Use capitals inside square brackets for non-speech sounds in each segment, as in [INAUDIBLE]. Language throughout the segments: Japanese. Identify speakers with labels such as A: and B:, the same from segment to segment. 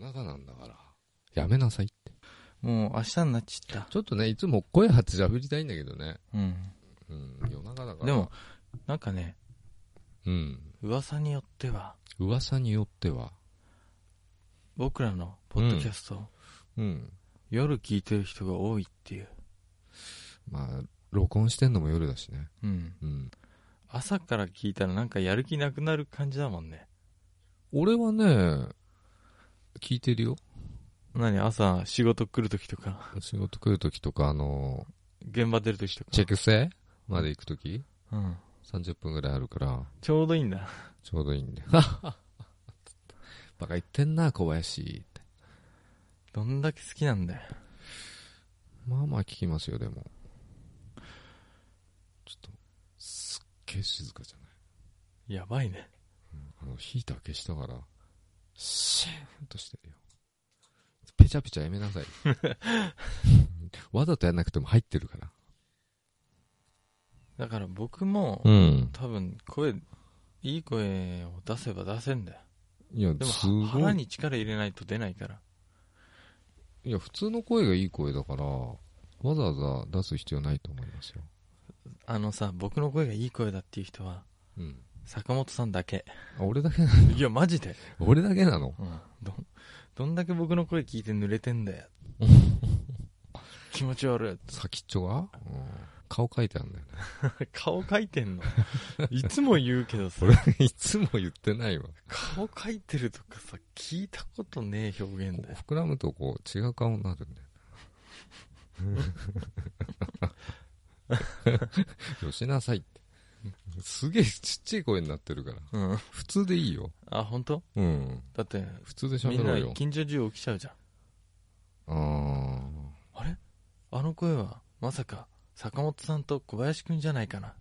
A: 中なんだから、やめなさいって。
B: もう明日になっちゃった。
A: ちょっとね、いつも声張って喋りたいんだけどね。
B: うん。
A: うん、夜中だから。
B: でも、、なんかね、
A: うん、
B: 噂によっては、
A: 噂によっては、
B: 僕らのポッドキャスト、
A: うん、
B: 夜聞いてる人が多いっていう。
A: まあ、録音してんのも夜だしね。
B: うん。
A: うん。
B: 朝から聞いたらなんかやる気なくなる感じだもんね。
A: 俺はね、聞いてるよ。
B: 何朝仕事来るときとか、
A: 仕事来るときとか、あの、
B: 現場出るときとか。
A: チェック制まで行くとき
B: うん。
A: 30分ぐらいあるから、
B: ちょうどいいんだ。
A: ちょうどいいんで。はっはっはバカ言ってんな、小林って。
B: どんだけ好きなんだよ。
A: まあまあ聞きますよ、でも。ちょっと、すっげえ静かじゃない
B: やばいね。
A: あの、ヒーター消したから、シーンとしてるよ。ペチャペチャやめな [LAUGHS] さい。わざとやんなくても入ってるから。
B: だから僕も、
A: うん。
B: 多分声、いい声を出せば出せんだよ。
A: いや、
B: でも
A: すご
B: 腹
A: い。
B: に力入れないと出ないから。
A: いや、普通の声がいい声だから、わざわざ出す必要ないと思いますよ。
B: あのさ、僕の声がいい声だっていう人は、
A: うん。
B: 坂本さんだけ。
A: あ俺だけな、
B: [LAUGHS] いや、マジで。
A: 俺だけなの
B: うん。どん、どんだけ僕の声聞いて濡れてんだ [LAUGHS] よ。気持ち悪
A: 先っちょが、うん、顔書いてあるんだよね。
B: い。顔描いて [LAUGHS] んの。いつも言うけどさ、
A: [LAUGHS] いつも言ってないわ。
B: 顔描いてるとかさ、聞いたことねえ表現
A: こ
B: だ
A: う
B: よ。
A: 膨らむとこう違う顔になるんだよ [LAUGHS] ね。よしなさいって。すげえちっちゃい声になってるから。
B: うん。
A: 普通でいいよ。
B: あ、本当？
A: うん。
B: だって、
A: 普通で
B: み
A: 喋ろ
B: んな
A: うよ。
B: 近所中起きちゃうじゃん。
A: あー
B: あれあの声は、まさか、坂本さんと小林くんじゃないかな。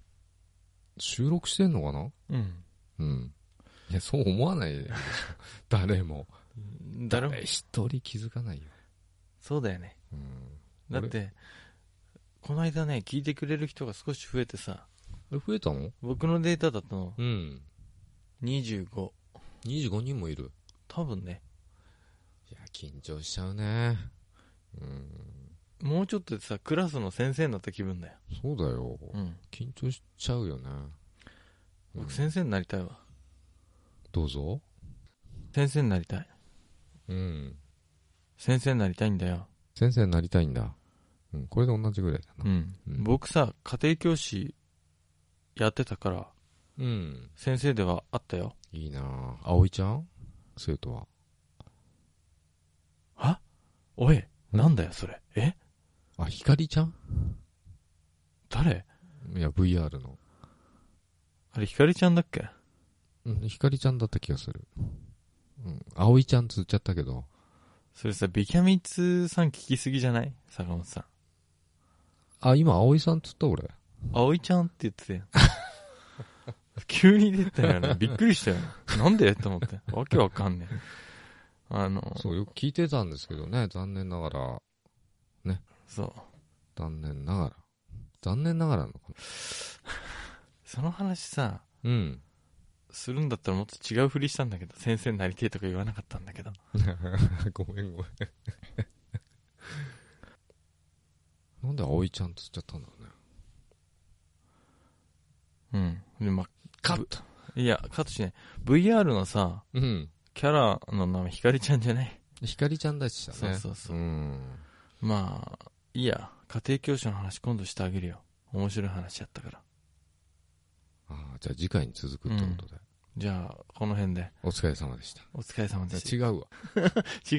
A: 収録してんのかな
B: うん。
A: うん。いや、そう思わないでし [LAUGHS] ょ。誰も。
B: 誰も
A: 誰、一人気づかないよ。
B: そうだよね。
A: うん。
B: だって、この間ね、聞いてくれる人が少し増えてさ、
A: あれ増えたの
B: 僕のデータだと
A: うん。
B: 25。
A: 25人もいる。
B: 多分ね、
A: いや、緊張しちゃうね。うん。
B: もうちょっとでさ、クラスの先生になった気分だよ。
A: そうだよ。
B: うん。
A: 緊張しちゃうよね。うん
B: 僕先生になりたいわ。
A: どうぞ。
B: 先生になりたい。
A: うん。
B: 先生になりたいんだよ。
A: 先生になりたいんだ。うん、これで同じぐらいだ
B: う
A: な。
B: ん。
A: うん
B: 僕さ、家庭教師やってたから、
A: うん。
B: 先生ではあったよ。
A: いいなぁ。葵ちゃん生徒は。
B: おい、なんだよそれ。え
A: あ、ひかりちゃん
B: 誰
A: いや、VR の。
B: あれ、ひかりちゃんだっけ
A: うん、ひかりちゃんだった気がする。うん、葵ちゃんつっちゃったけど。
B: それさ、ビキャミツさん聞きすぎじゃない坂本さん。
A: あ、今、葵さんつった俺。
B: 葵ちゃんって [LAUGHS] 言ってたよ。急に出たよね。びっくりしたよ。なんでと思って。わけわかんねえ。あの、そ
A: そう、よく聞いてたんですけどね。残念ながら。
B: う。
A: 残念ながら。残念ながらなのか
B: その話さ、
A: な。うん。
B: するんだったらもっと違うふりしたんだけど、先生になりてえとか言わなかったんだけど。
A: [LAUGHS] ごめんごめん。 [LAUGHS] なんで葵ちゃんつっちゃったんだろうね。
B: うん。で、ま、
A: カット
B: いや、かとしね、VR のさ、
A: うん。
B: キャラの名前、ひかりちゃんじゃない
A: ひかりちゃんだしだね。
B: そうそうそう
A: うん。
B: まあ、いいや、家庭教師の話今度してあげるよ。面白い話やったから。
A: ああ、じゃあ次回に続くってことで。
B: じゃあ、この辺で、
A: お疲れ様でした。
B: お疲れ様でし
A: 違うわ。
B: た。違う
A: 違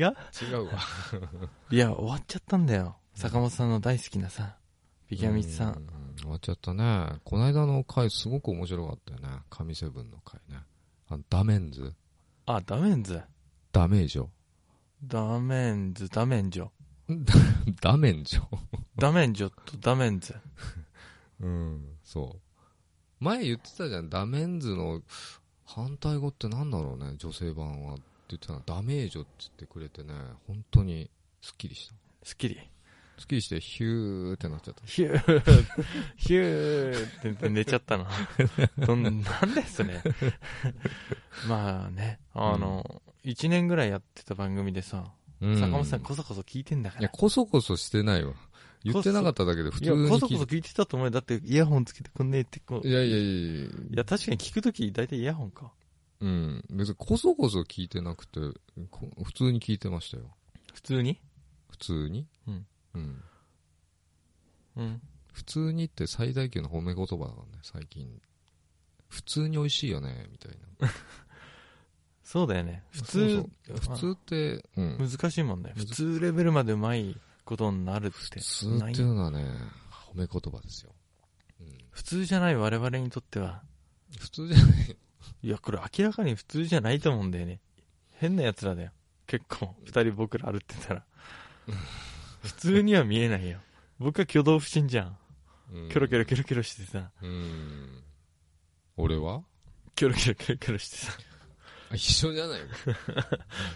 A: うわ。
B: いや、終わっちゃったんだよ。坂本さんの大好きなさ、ビキャミツさ。
A: うんん。終わっちゃったね。この間の回すごく面白かったよね。神セブンの回ね。あの、ダメンズ。
B: あ、ダメンズ。
A: ダメージョ。
B: ダメンズ、ダメンジョ。
A: ダメンジョ。
B: ダメンジョとダメンズ。
A: うん。そう。前言ってたじゃん、ダメンズの反対語ってなんだろうね、女性版はって言ってたの。ダメージョって言ってくれてね、本当にスッキリした。
B: スッキリ。
A: スッキリしてヒューってなっちゃった。
B: ヒュー、 [LAUGHS] ヒューって言って寝ちゃったな。どんなんですね。まあね、あの、 1年ぐらいやってた番組でさ、
A: うん
B: 坂本さんこそこそ聞いてんだか
A: い
B: ら
A: や、。こそこそしてないわ。言ってなかっただけで普
B: い
A: 通
B: や、
A: に
B: こそこ
A: 聞
B: そ
A: い
B: 聞いてたと思うよ。だってイヤホンつけてこんねえってこう。
A: て。いやいやいやいや
B: いや、確かに聞くとき大体イヤホンか。
A: うん。別にこそこそ聞いてなくて、こ普通に聞いてましたよ。
B: 普通に
A: 普通に
B: うん。
A: うん。
B: うん。
A: 普通にって最大級の褒め言葉だからね、最近。普通に美味しいよね、みたいな。
B: そうだよね。普
A: そ
B: 通
A: う、普通って、うん。
B: 難しいもんね。
A: む
B: 普
A: ず
B: 通レベルまでうまいことになるって。
A: 普通
B: な
A: っ
B: い
A: ていうのはね、褒め言葉ですよ。うん。
B: 普通じゃない我々にとっては、
A: 普通じゃない。
B: いや、これ明らかに普通じゃないと思うんだよね。変な奴らだよ。結構、二人僕ら歩ってた [LAUGHS] ら。普通には見えないよ。僕は挙動不審じゃん。
A: うん
B: キョロキョロキョロキョロしてさ、
A: うん。俺は
B: キョロキョロキョロキョロしてさ、
A: あ一緒じゃないよ。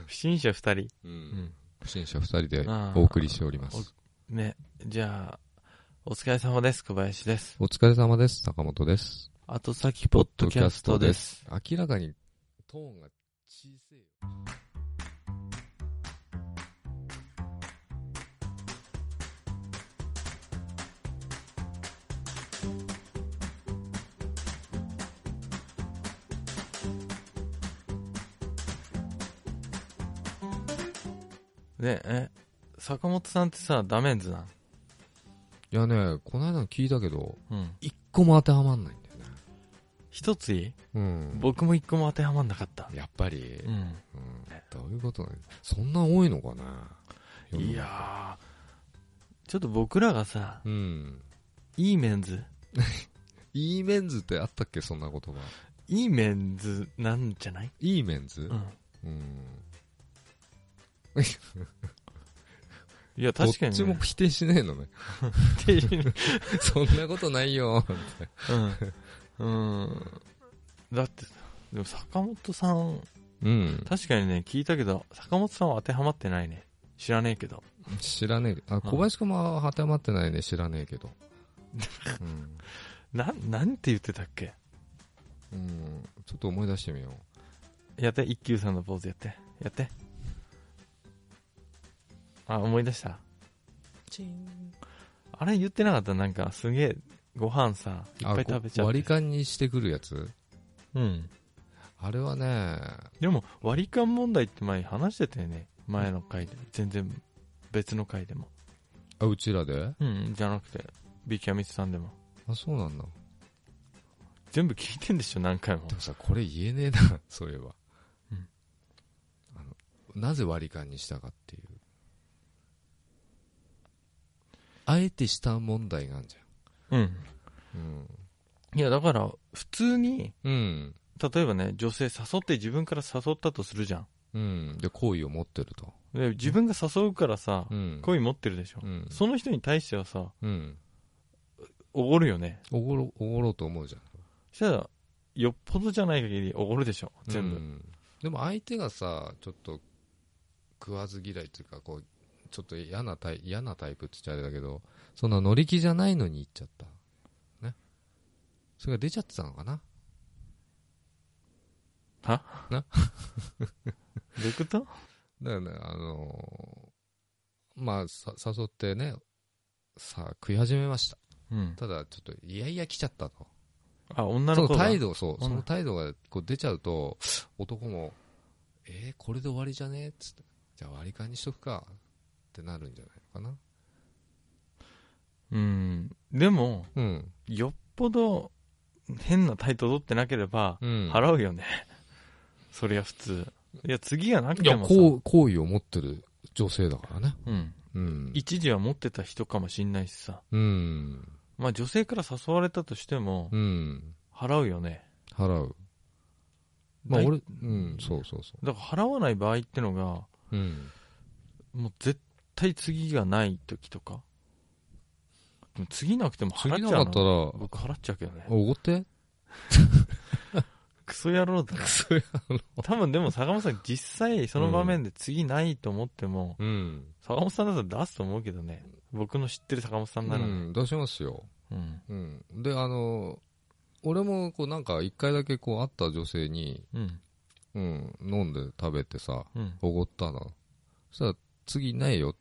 B: 不審者二人。
A: う。
B: うんん。
A: 不審者二人でお送りしております。
B: ね、じゃあ、お疲れ様です、小林です。
A: お疲れ様です。坂本です。
B: 後先ポッドキャストです。
A: 明らかにトーンが小さいよ。
B: ね、え、坂本さんってさ、ダメンズなん
A: いやね、この間の聞いたけど、
B: うん。
A: 一個も当てはまんないんだよね。
B: 一ついい
A: うん。
B: 僕も一個も当てはまんなかった。
A: やっぱり、
B: うん。
A: うんどういうことね。そんな多いのかな。
B: いやー、ちょっと僕らがさ、
A: うん。
B: いいメンズ、
A: いいメンズってあったっけそんな言葉。
B: いいメンズなんじゃない
A: いいメンズ
B: う
A: う
B: ん。
A: ん。
B: いや、
A: どっ
B: 確かに、ね。
A: ちも否定しねえのね。 [LAUGHS] そんなことない
B: [LAUGHS]
A: よ。
B: うん。うん。だってさ、でも坂本さん、
A: うん。
B: 確かにね、聞いたけど、坂本さんは当てはまってないね。知らねえけど。
A: 知らねえ。あ、小林くんも当てはまってないね。知らねえけ
B: [LAUGHS]
A: ど。うん。
B: な、なんて言ってたっけ
A: うん。ちょっと思い出してみよ
B: やって、一休さんのポーズやって。やって。あ、思い出した。
A: う。チン。
B: あれ言ってなかったなんか、すげえ、ご飯さ、いっぱい食べちゃって。
A: 割り勘にしてくるやつ
B: うん。
A: あれはね、
B: でも割り勘問題って前話してたよね前の回で全然別の回でも
A: あ、うちらで
B: うんじゃなくてビキャミツさんでも
A: あ、そうなんだ。
B: 全部聞いてんでしょ何回も
A: でもさ、これ言えねえな、 [LAUGHS] そういえば。
B: うん
A: あの、なぜ割り勘にしたかっていう。あえてした問題があるじ
B: うん
A: ゃん。うん。
B: いやだから普通に
A: うん。
B: 例えばね女性誘って自分から誘ったとするじゃん
A: うん。で、好意を持ってると。
B: で自分が誘うからさ
A: うん。
B: 恋持ってるでしょ
A: うん。
B: その人に対してはさ
A: うん。
B: おごるよね
A: おごろ、おごろうと思うじゃん。
B: そしたらよっぽどじゃない限りおごるでしょ全部、
A: うんでも相手がさ、ちょっと、食わず嫌いっていうか、こう、ちょっと嫌なタイ嫌なタイプって言っちゃあれだけど、そんな乗り気じゃないのに行っちゃった。ね。それが出ちゃってたのかな
B: は
A: な
B: どういうこと
A: だからね、あのーまあ、さ誘ってね、さあ、食い始めました。
B: うん
A: ただ、ちょっと、いやいや来ちゃったと。
B: あ女
A: そ
B: の
A: の
B: 子が
A: 態度、そう、
B: う
A: そ
B: ん
A: の態度がこう出ちゃうと、男も、えー、これで終わりじゃねっつって、じゃあ割り勘にしとくか、ってなるんじゃないのかな。
B: うんでも
A: うん。
B: よっぽど変な態度取ってなければ
A: うん。
B: 払うよね、 [LAUGHS] そりゃ普通いや次がなく
A: い
B: て
A: や、
B: もさ
A: こう、好意を持ってる女性だからね。
B: うん、
A: うん。
B: 一時は持ってた人かもしんないしさ
A: うん。
B: まあ女性から誘われたとしても
A: うん。
B: 払うよね
A: 払う。まあ
B: だい
A: 俺、うん、そうそうそ
B: だから払わない場合ってのが
A: う。うん。
B: もう絶対次がない時とかでも次なくても
A: 次
B: 払
A: な
B: っちゃ
A: か
B: う
A: った
B: の
A: ら、
B: 僕払っちゃうけどね
A: おごって
B: クソ野郎だな
A: それ
B: 多分でも坂本さん実際その場面で次ないと思っても、
A: うん。
B: 坂本さんだったら出すと思うけどね僕の知ってる坂本さ
A: うん
B: ならね
A: ん、出しますよ。
B: うん
A: うん。で、あの、俺も、こう、なんか、一回だけ、こう、会った女性に、
B: うん
A: ううん、飲んで食べてさ、
B: うん。
A: おごったの。そしたら、次ないよっ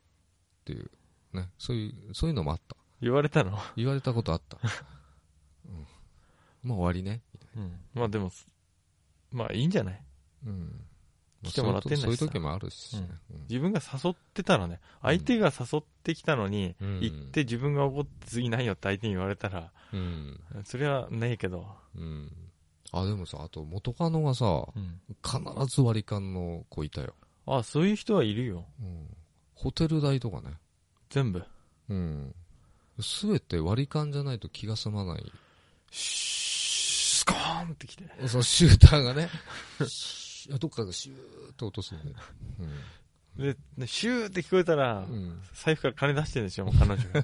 A: ていう、ね、そういう、そういうのもあった。
B: 言われたの
A: 言われたことあった。うん、まあ終わりね。
B: うん。まあでも、まあいいんじゃない
A: うん。
B: 来てもらってんだしさ
A: そういうとそういう時もあるしね、
B: 自分が誘ってたらね、相手が誘ってきたのに、
A: うん
B: 行って自分が怒って次ないよって相手に言われたら、
A: うん。
B: それはねえけど、
A: うん。あ、でもさ、あと元カノがさ、
B: うん。
A: 必ず割り勘の子いたよ。
B: あ、そういう人はいるよ。
A: うん。ホテル代とかね。
B: 全部。
A: うん。すべて割り勘じゃないと気が済まない。
B: シュースコーンってきて。
A: そのシューターが
B: [LAUGHS]
A: ね、シューどっかがシューって落とすんだよ。
B: で、でシューって聞こえたら、
A: うん。うん、
B: 財布から金出してるんでしょ、もう彼女
A: [LAUGHS]
B: が。
A: い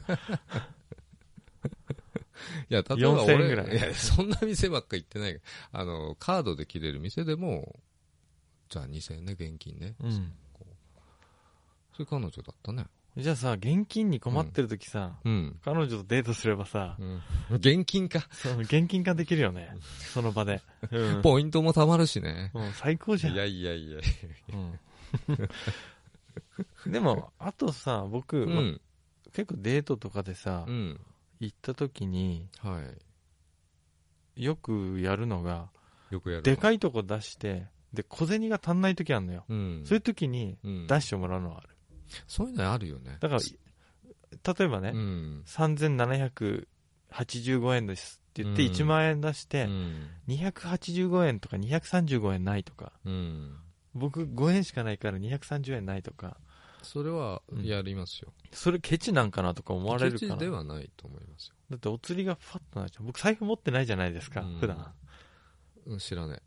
A: や、例えば
B: 4000円ぐらい
A: 俺、いや、そんな店ばっか行ってないからあの、カードで切れる店でも、じゃあ2000円ね、現金ね。
B: うん。
A: それ彼女だったね。
B: じゃあさ、現金に困ってる時さ、
A: うん。
B: 彼女とデートすればさ、
A: うん、現金か。
B: その現金化できるよね。その場で。 [LAUGHS] うん。
A: ポイントも貯まるしね。
B: うん最高じゃん
A: い。やいやいや。
B: うんでも、あとさ、僕、
A: う
B: ま
A: ん。
B: 結構デートとかでさ、
A: うん。
B: 行った時に、
A: はい。
B: よくやるのが、
A: よくやる。
B: で
A: い。
B: かいとこ出して、で、小銭が足んない時あるのよ。
A: うん。
B: そういう時に、
A: うん、
B: 出してもらうのはある。
A: そういうのあるよね。
B: だから、例えばね、
A: うん。
B: 3785円ですって言っ
A: う
B: て、
A: ん
B: 1万円出し
A: う
B: て、
A: ん。
B: 285円とか235円ないとか、
A: うん。
B: 僕5円しかないから230円ないとか、
A: それはやりますよ。
B: それケチなんかなとか思われるか
A: ケ
B: な
A: チ。ではないと思いますよ
B: だってお釣りがファッとなっちゃう。僕財布持ってないじゃないですか、
A: うん
B: 普段。
A: うん。知らない。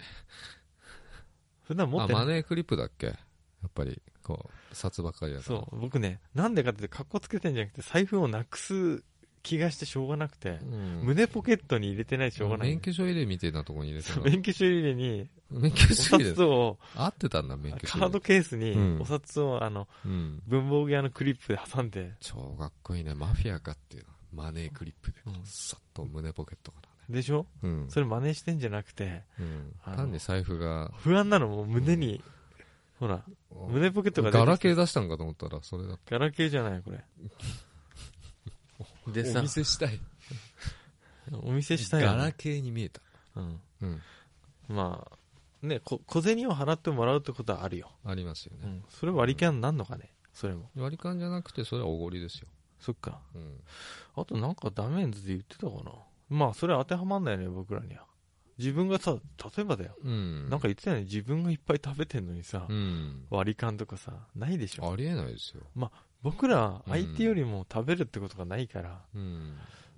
B: 普段持
A: あ、
B: ってな
A: マ
B: い。
A: ネークリップだっけやっぱり、こう、札ばっかりやから。
B: そう、僕ね、なんでかって、格好つけてんじゃなくて、財布をなくす気がしてしょうがなくて、
A: うん。
B: 胸ポケットに入れてないしょうがない。
A: 免許証入れみたいなとこに入れて
B: [LAUGHS] そう
A: た
B: [LAUGHS] 免許証入れに、
A: 免許
B: お
A: 証入れ
B: 札を、
A: 合ってたんだ、免許証
B: カー
A: 入
B: ド
A: れ。
B: ケースに
A: うん
B: お札を、あの、
A: うん。
B: 文房具屋のクリップで挟んで、
A: 超かっこいいね。マフィアかっていうのマネークリップで
B: うん、
A: さっと胸ポケットからね。
B: でしょ
A: うん。
B: それ真似してんじゃなくて、
A: うん
B: あの
A: 単に財布が、
B: 不安なのもう胸に、ほら、胸ポケットが
A: ガラケー
B: だ。
A: 出したんかと思ったら、それだっ
B: ガラケーじゃないよ
A: [LAUGHS]
B: これ。で
A: た。
B: さ
A: お、見せしたい。
B: お見せしたい
A: ガ
B: よ
A: ラ
B: ね。
A: ケーに見えた。
B: うん。
A: うん。
B: まあ、ね、こ小銭を払ってもらうってことはあるよ。
A: ありますよ
B: う
A: ね。
B: ん。それ割り勘なんのかね、それも。
A: 割り勘じゃなくて、それはおごりですよ。
B: そっか。
A: うん。
B: あとなんかダメンズで言ってたかな。まあ、それ当てはまんないね、僕らには。自分がさ、例えばだよ。
A: うん。
B: なんか言ってたよね、自分がいっぱい食べてんのにさ、
A: うん。
B: 割り勘とかさ、ないでしょ。
A: ありえないですよ。
B: 僕ら、相手よりも食べるってことがないから、
A: うん。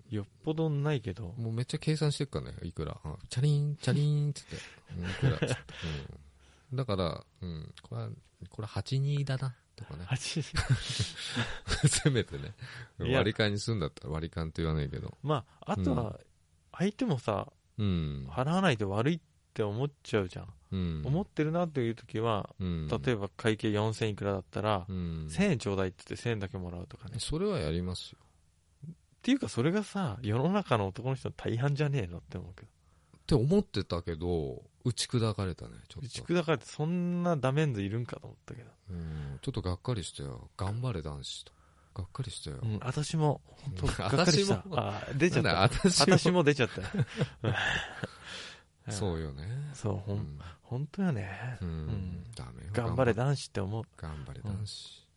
B: よっぽどないけど、 [LAUGHS]
A: もうめっちゃ計算してるからね、いくら。あチャリン、チャリンっつって。うんいくらっつって。
B: [LAUGHS]
A: うん。だから、うん。これは、これ82だな。とかね。[LAUGHS]
B: 8
A: せめてね。
B: いや
A: 割り勘にするんだったら割り勘って言わないけど。
B: まあ、あと
A: う
B: は、相手もさ、
A: うん。
B: 払わないと悪いって思っちゃうじゃん。
A: うん。
B: 思ってるなという時は、
A: うん、
B: 例えば会計4000いくらだったら、
A: うん、
B: 1000円ちょうだいって言って1000円だけもらうとかね。っ
A: それはやりますよ。
B: ていうかそれがさ、世の中の男の人の大半じゃねえのって思うけど。
A: って思ってたけど、打ち砕かれたね、ちょ
B: う
A: っ
B: ち
A: と。
B: くだからってそんなダメンズいるんかと思ったけど。
A: うん、ちょっとがっかりしたよ。頑張れ男子と。がっかりしたよ。
B: うん、私も、本当
A: うん
B: がっかりした
A: 私。も
B: あ、出ちゃっ
A: なん
B: た。
A: だ私も
B: 私も出ちゃった。うん
A: そうよね。
B: そう、ほ、
A: うんん。
B: 本当よね。
A: うん
B: ん
A: ダメよ。
B: 頑張れ。男子って思う。
A: 頑張れ男子。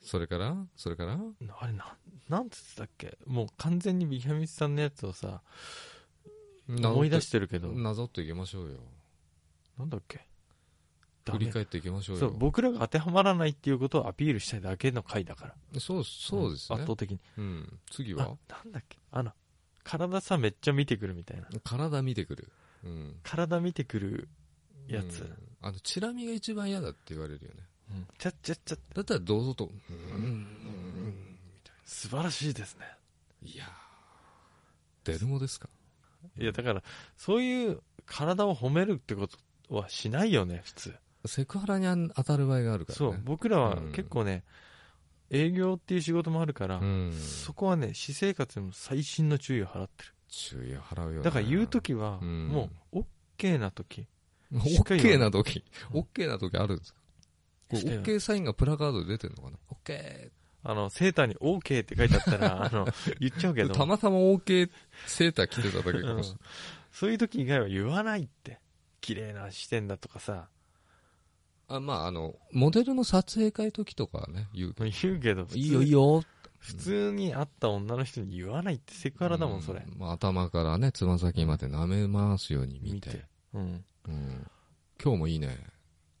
A: それからそれから
B: あれな、なんつってたっけもう完全にビハミツさんのやつをさ、思い出してるけど、
A: なぞっていきましょうよ。
B: なんだっけ
A: 振り
B: ダメ
A: 返っていきましょう
B: そう、
A: よ。
B: 僕らが当てはまらないっていうことをアピールしたいだけの回だから。
A: そう、そうです
B: ん
A: ね
B: 圧。倒的に。
A: うん。次
B: あ、な
A: は
B: んだっけあの、体さめっちゃ見てくるみたいな。
A: 体見てくる。うん。
B: 体見てくるやつ。
A: う
B: うん
A: ん。あの、チラ見が一番嫌だって言われるよね。
B: ちゃっちゃっちゃっ
A: だったらどうぞと。
B: 素晴らしいですね。
A: いやーデルモですか
B: いや、だから、そういう体を褒めるってことはしないよね、普通。
A: セクハラに当たる場合があるからね。
B: そう、僕らは
A: うん
B: 結構ね、営業っていう仕事もあるから、
A: うん。
B: そこはね、私生活にも細心の注意を払ってる。
A: 注意を払うよ、ね。
B: だから言うときは、
A: うん
B: もう、OK なとき、しっかりは
A: OK な時、OK な時あるんですかこれ
B: してない
A: OK サインがプラカードで出てるのかな ?OK!
B: あの、セーターに OK って書いてあったら、
A: [LAUGHS]
B: あの、言っちゃうけど、
A: たまたま OK セーター着てただけか
B: う
A: も
B: ん
A: しれない。
B: そういう時以外は言わないって。綺麗な視点だとかさ、
A: あまあ、あの、モデルの撮影会時とかはね、言うけ
B: 言うけど、
A: ど。いいよいいよ。
B: 普通に会った女の人に言わないってセクハラだもん、それ
A: う。まあ、頭からね、つま先まで舐め回すように見
B: 見
A: て。
B: て。うん。
A: うん。今日もいいね。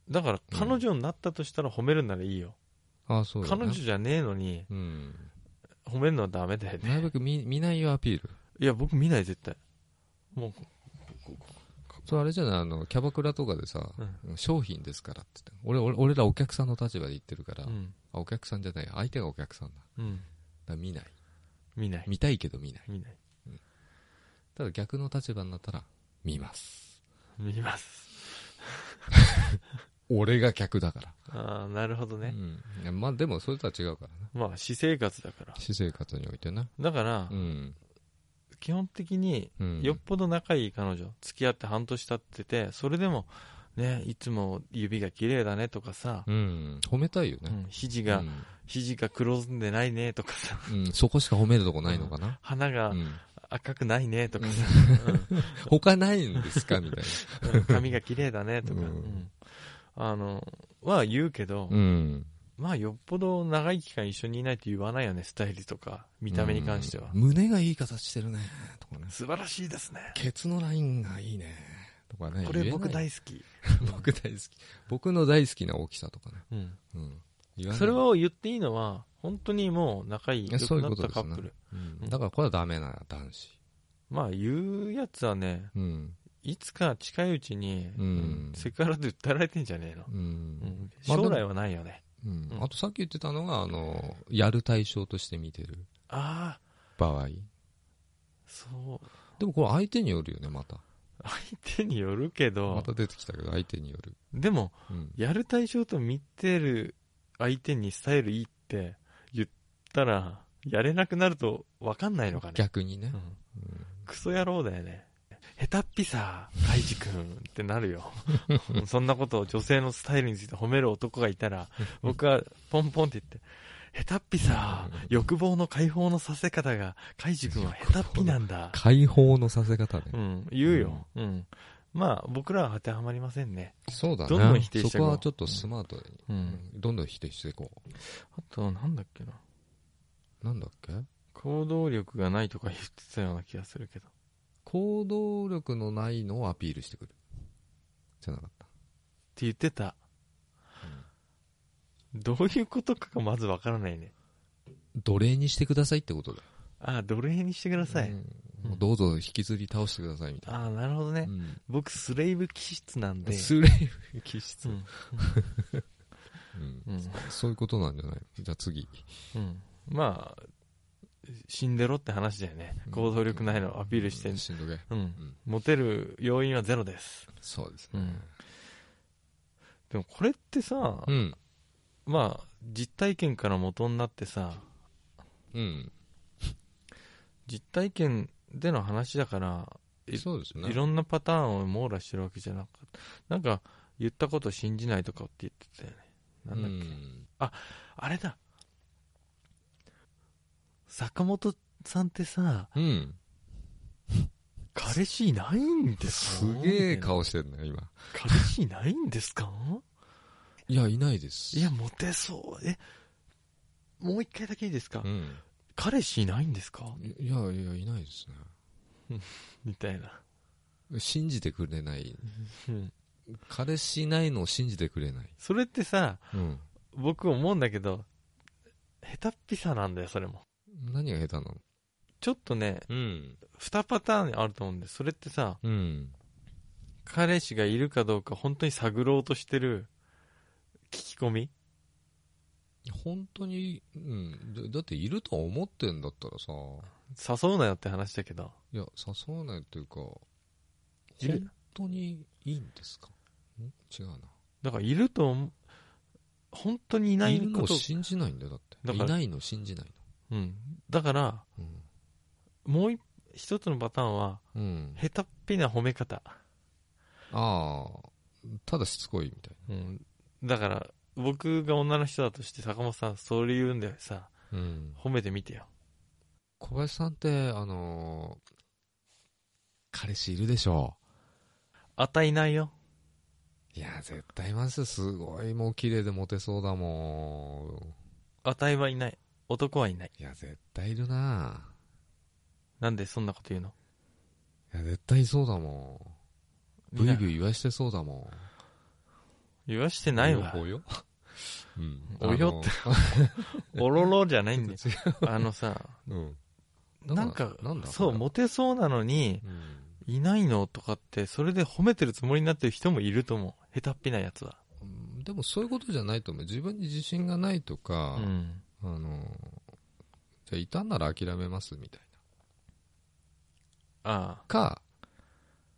B: だから、彼女になったとしたら褒めるならいいよ。
A: あそうだ、ね。
B: 彼女じゃねえのに、
A: うん。
B: 褒めるのはダメだよね。
A: なるべく見見ないよアピール。
B: いや、僕見ない、絶対。も
A: そう、あれじゃない、あの、キャバクラとかでさ、商品ですからって言って俺俺、俺らお客さんの立場で言ってるから、
B: う、うん。
A: あ、お客さんじゃない、相手がお客さんだ。だか
B: うん。
A: ら見ない。
B: 見ない。
A: 見たいけど見ない。
B: 見ない。
A: ただ逆の立場になったら、見ます。
B: 見ます。
A: 俺が客だから。
B: ああ、なるほどね。
A: うん。まあでも、それとは違うからね。
B: まあ、私生活だから。
A: 私生活においてね。
B: だから
A: う、ん。
B: 基本的に、
A: うん。
B: よっぽど仲いい彼女、付き合って半年経ってて、それでも、ね、いつも指が綺麗だねとかさ、
A: うん。褒めたいよ
B: う
A: ね。
B: ん、肘
A: う
B: が、
A: ん。
B: 肘が黒ずんでないねとか [LAUGHS] さ、
A: うんそこしか褒めるとこないのかな。
B: 鼻
A: う
B: が
A: ん。
B: 赤くないねとかさ、
A: 他ないんですかみたい
B: うん髪が綺麗だねとか、
A: うん
B: うんあの、は言うけど、
A: な。うん。
B: まあよっぽど長い期間一緒にいないと言わないよね、スタイルとか、見た目に関しては。
A: うん胸がいい形してるね。とかね。
B: 素晴らしいですね。
A: ケツのラインがいいね。とかね。
B: こ
A: 言
B: れ
A: えない
B: 僕大好き。
A: [LAUGHS] 僕大好き。僕の大好きな大きさとかね。
B: うん
A: うん。言わない
B: それ、を言っていいのは、本当にもう仲いい、良
A: そう
B: く
A: いう
B: な
A: こ
B: っ
A: と
B: た
A: ですね
B: カップル。
A: うんだからこれはダメな男子。
B: まあ言うやつはね、
A: うん。
B: いつか近いうちに、
A: うん
B: セクハラで訴えられてんじゃねえの。
A: う。
B: うんん
A: まあでも
B: 将来はないよね。
A: うん
B: うん
A: あとさっき言ってたのが、あの、やる対象として見てる
B: ああ、
A: 場合。
B: そう。
A: でもこれ相手によるよね、また。
B: 相手によるけ
A: ま
B: ど、
A: た出てきたけど、相手による。
B: でも、
A: うん。
B: やる対象と見てる相手にスタイルいいって言ったら、やれなくなると分かんないのかね。
A: 逆にね
B: う。んクソ野郎だよね。下手っぴさ、カイジ君ってなる [LAUGHS] よ。そんなことを女性のスタイルについて褒める男がいたら、僕はポンポンって言って、下手っぴさ、欲望の解放のさせ方が、カイジ君は下手っぴなんだ。
A: 解放のさせ方ね
B: う。ん、言うよ。うん。まあ、僕らは当てはまりませんね。
A: そうだね。
B: どんどん否定していこう
A: そこはちょっとスマートに、
B: うん。
A: どんどん否定していこ
B: あと、なんだっけな。
A: う。なんだっけ
B: 行動力がないとか言ってたような気がするけど。
A: 行動力のないのをアピールしてくる。じゃなかった。
B: って言ってた。どういうことかがまずわからないね。
A: 奴隷にしてくださいってことだよ。
B: ああ、奴隷にしてください。
A: うんもうどうぞ引きずり倒してくださいみたい
B: ああ、なるほど
A: な。
B: ね。
A: うん
B: 僕、スレイブ気質なんで。
A: スレイブ気質
B: う。ん。
A: うん
B: うん。
A: そういうことなんじゃないじゃあ次。
B: うん。まあ、死んでろって話だよね。行動力ないのをアピールして
A: うん。しんどけ。
B: うん
A: ん。
B: モテる要因はゼロです。
A: そうです
B: う
A: ね。
B: ん。でもこれってさ、
A: うん。
B: まあ、実体験から元になってさ、
A: うん。
B: 実体験での話だから、い
A: そうですね。
B: いろんなパターンを網羅してるわけじゃなかった。なんか、言ったこと信じないとかって言ってたよね。なんだっけ。
A: うん
B: あれだ。坂本さんってさ、
A: うん。
B: 彼氏いないんですか
A: すげえ。顔してるね、今。
B: 彼氏いないんですか
A: いや、いないです。
B: いや、、モテそう。え、もう一回だけいいですか、
A: うん。
B: 彼氏いないんですか
A: いや、いや、いないです
B: みたいな。
A: ね。信じてくれない。
B: うん
A: 彼氏いないのを信じてくれない。
B: それってさ、
A: うん。
B: 僕思うんだけど、下手っぴさなんだよ、それも。
A: 何が下手なの
B: ちょっとね、
A: うん。
B: 2パターンあると思うんで、それってさ、
A: うん。
B: 彼氏がいるかどうか本当に探ろうとしてる聞き込み
A: 本当に、うん。だだっていると思ってんだったらさ、
B: 誘うなよって話だけど。
A: いや、誘わないというか、
B: いる
A: 本当にいいんですかん違うな。
B: だからいると思う、本当にいないい
A: るの
B: こ
A: を
B: と。
A: 信じないんだよ、だって。
B: だか
A: い
B: ら
A: ないの信じない
B: うん。だから、
A: の。
B: もう一一つのパターンは、
A: うん。うん。
B: 下手っぴな褒め方。
A: ああ、ただしつこいみたい
B: うん、だから僕が女の人だとして坂本さんそれ言うんだよさ
A: な、うん、
B: 褒めてみてよ
A: 小林さんってあのー彼氏いるでしょ
B: あたいないよ
A: ういや絶対いますよすごいもう綺麗でモテそうだも
B: あたいはいない男はいない
A: んいや絶対いるな
B: なんでそんなこと言うの
A: いや絶対いそうだもんブイブイ言わしてそうだもん
B: 言わしてないわ [LAUGHS]
A: およおようん
B: およっておろろじゃないんだよあのさ
A: あのうん
B: [LAUGHS] なんか
A: なんだ
B: そうモテそうなのに
A: うん
B: いないのとかってそれで褒めてるつもりになってる人もいると思う下手っぴなやつは
A: うんでもそういうことじゃないと思う自分に自信がないと
B: う
A: か、
B: ん
A: あのじゃあいたんなら諦めますみたい
B: ああ
A: なか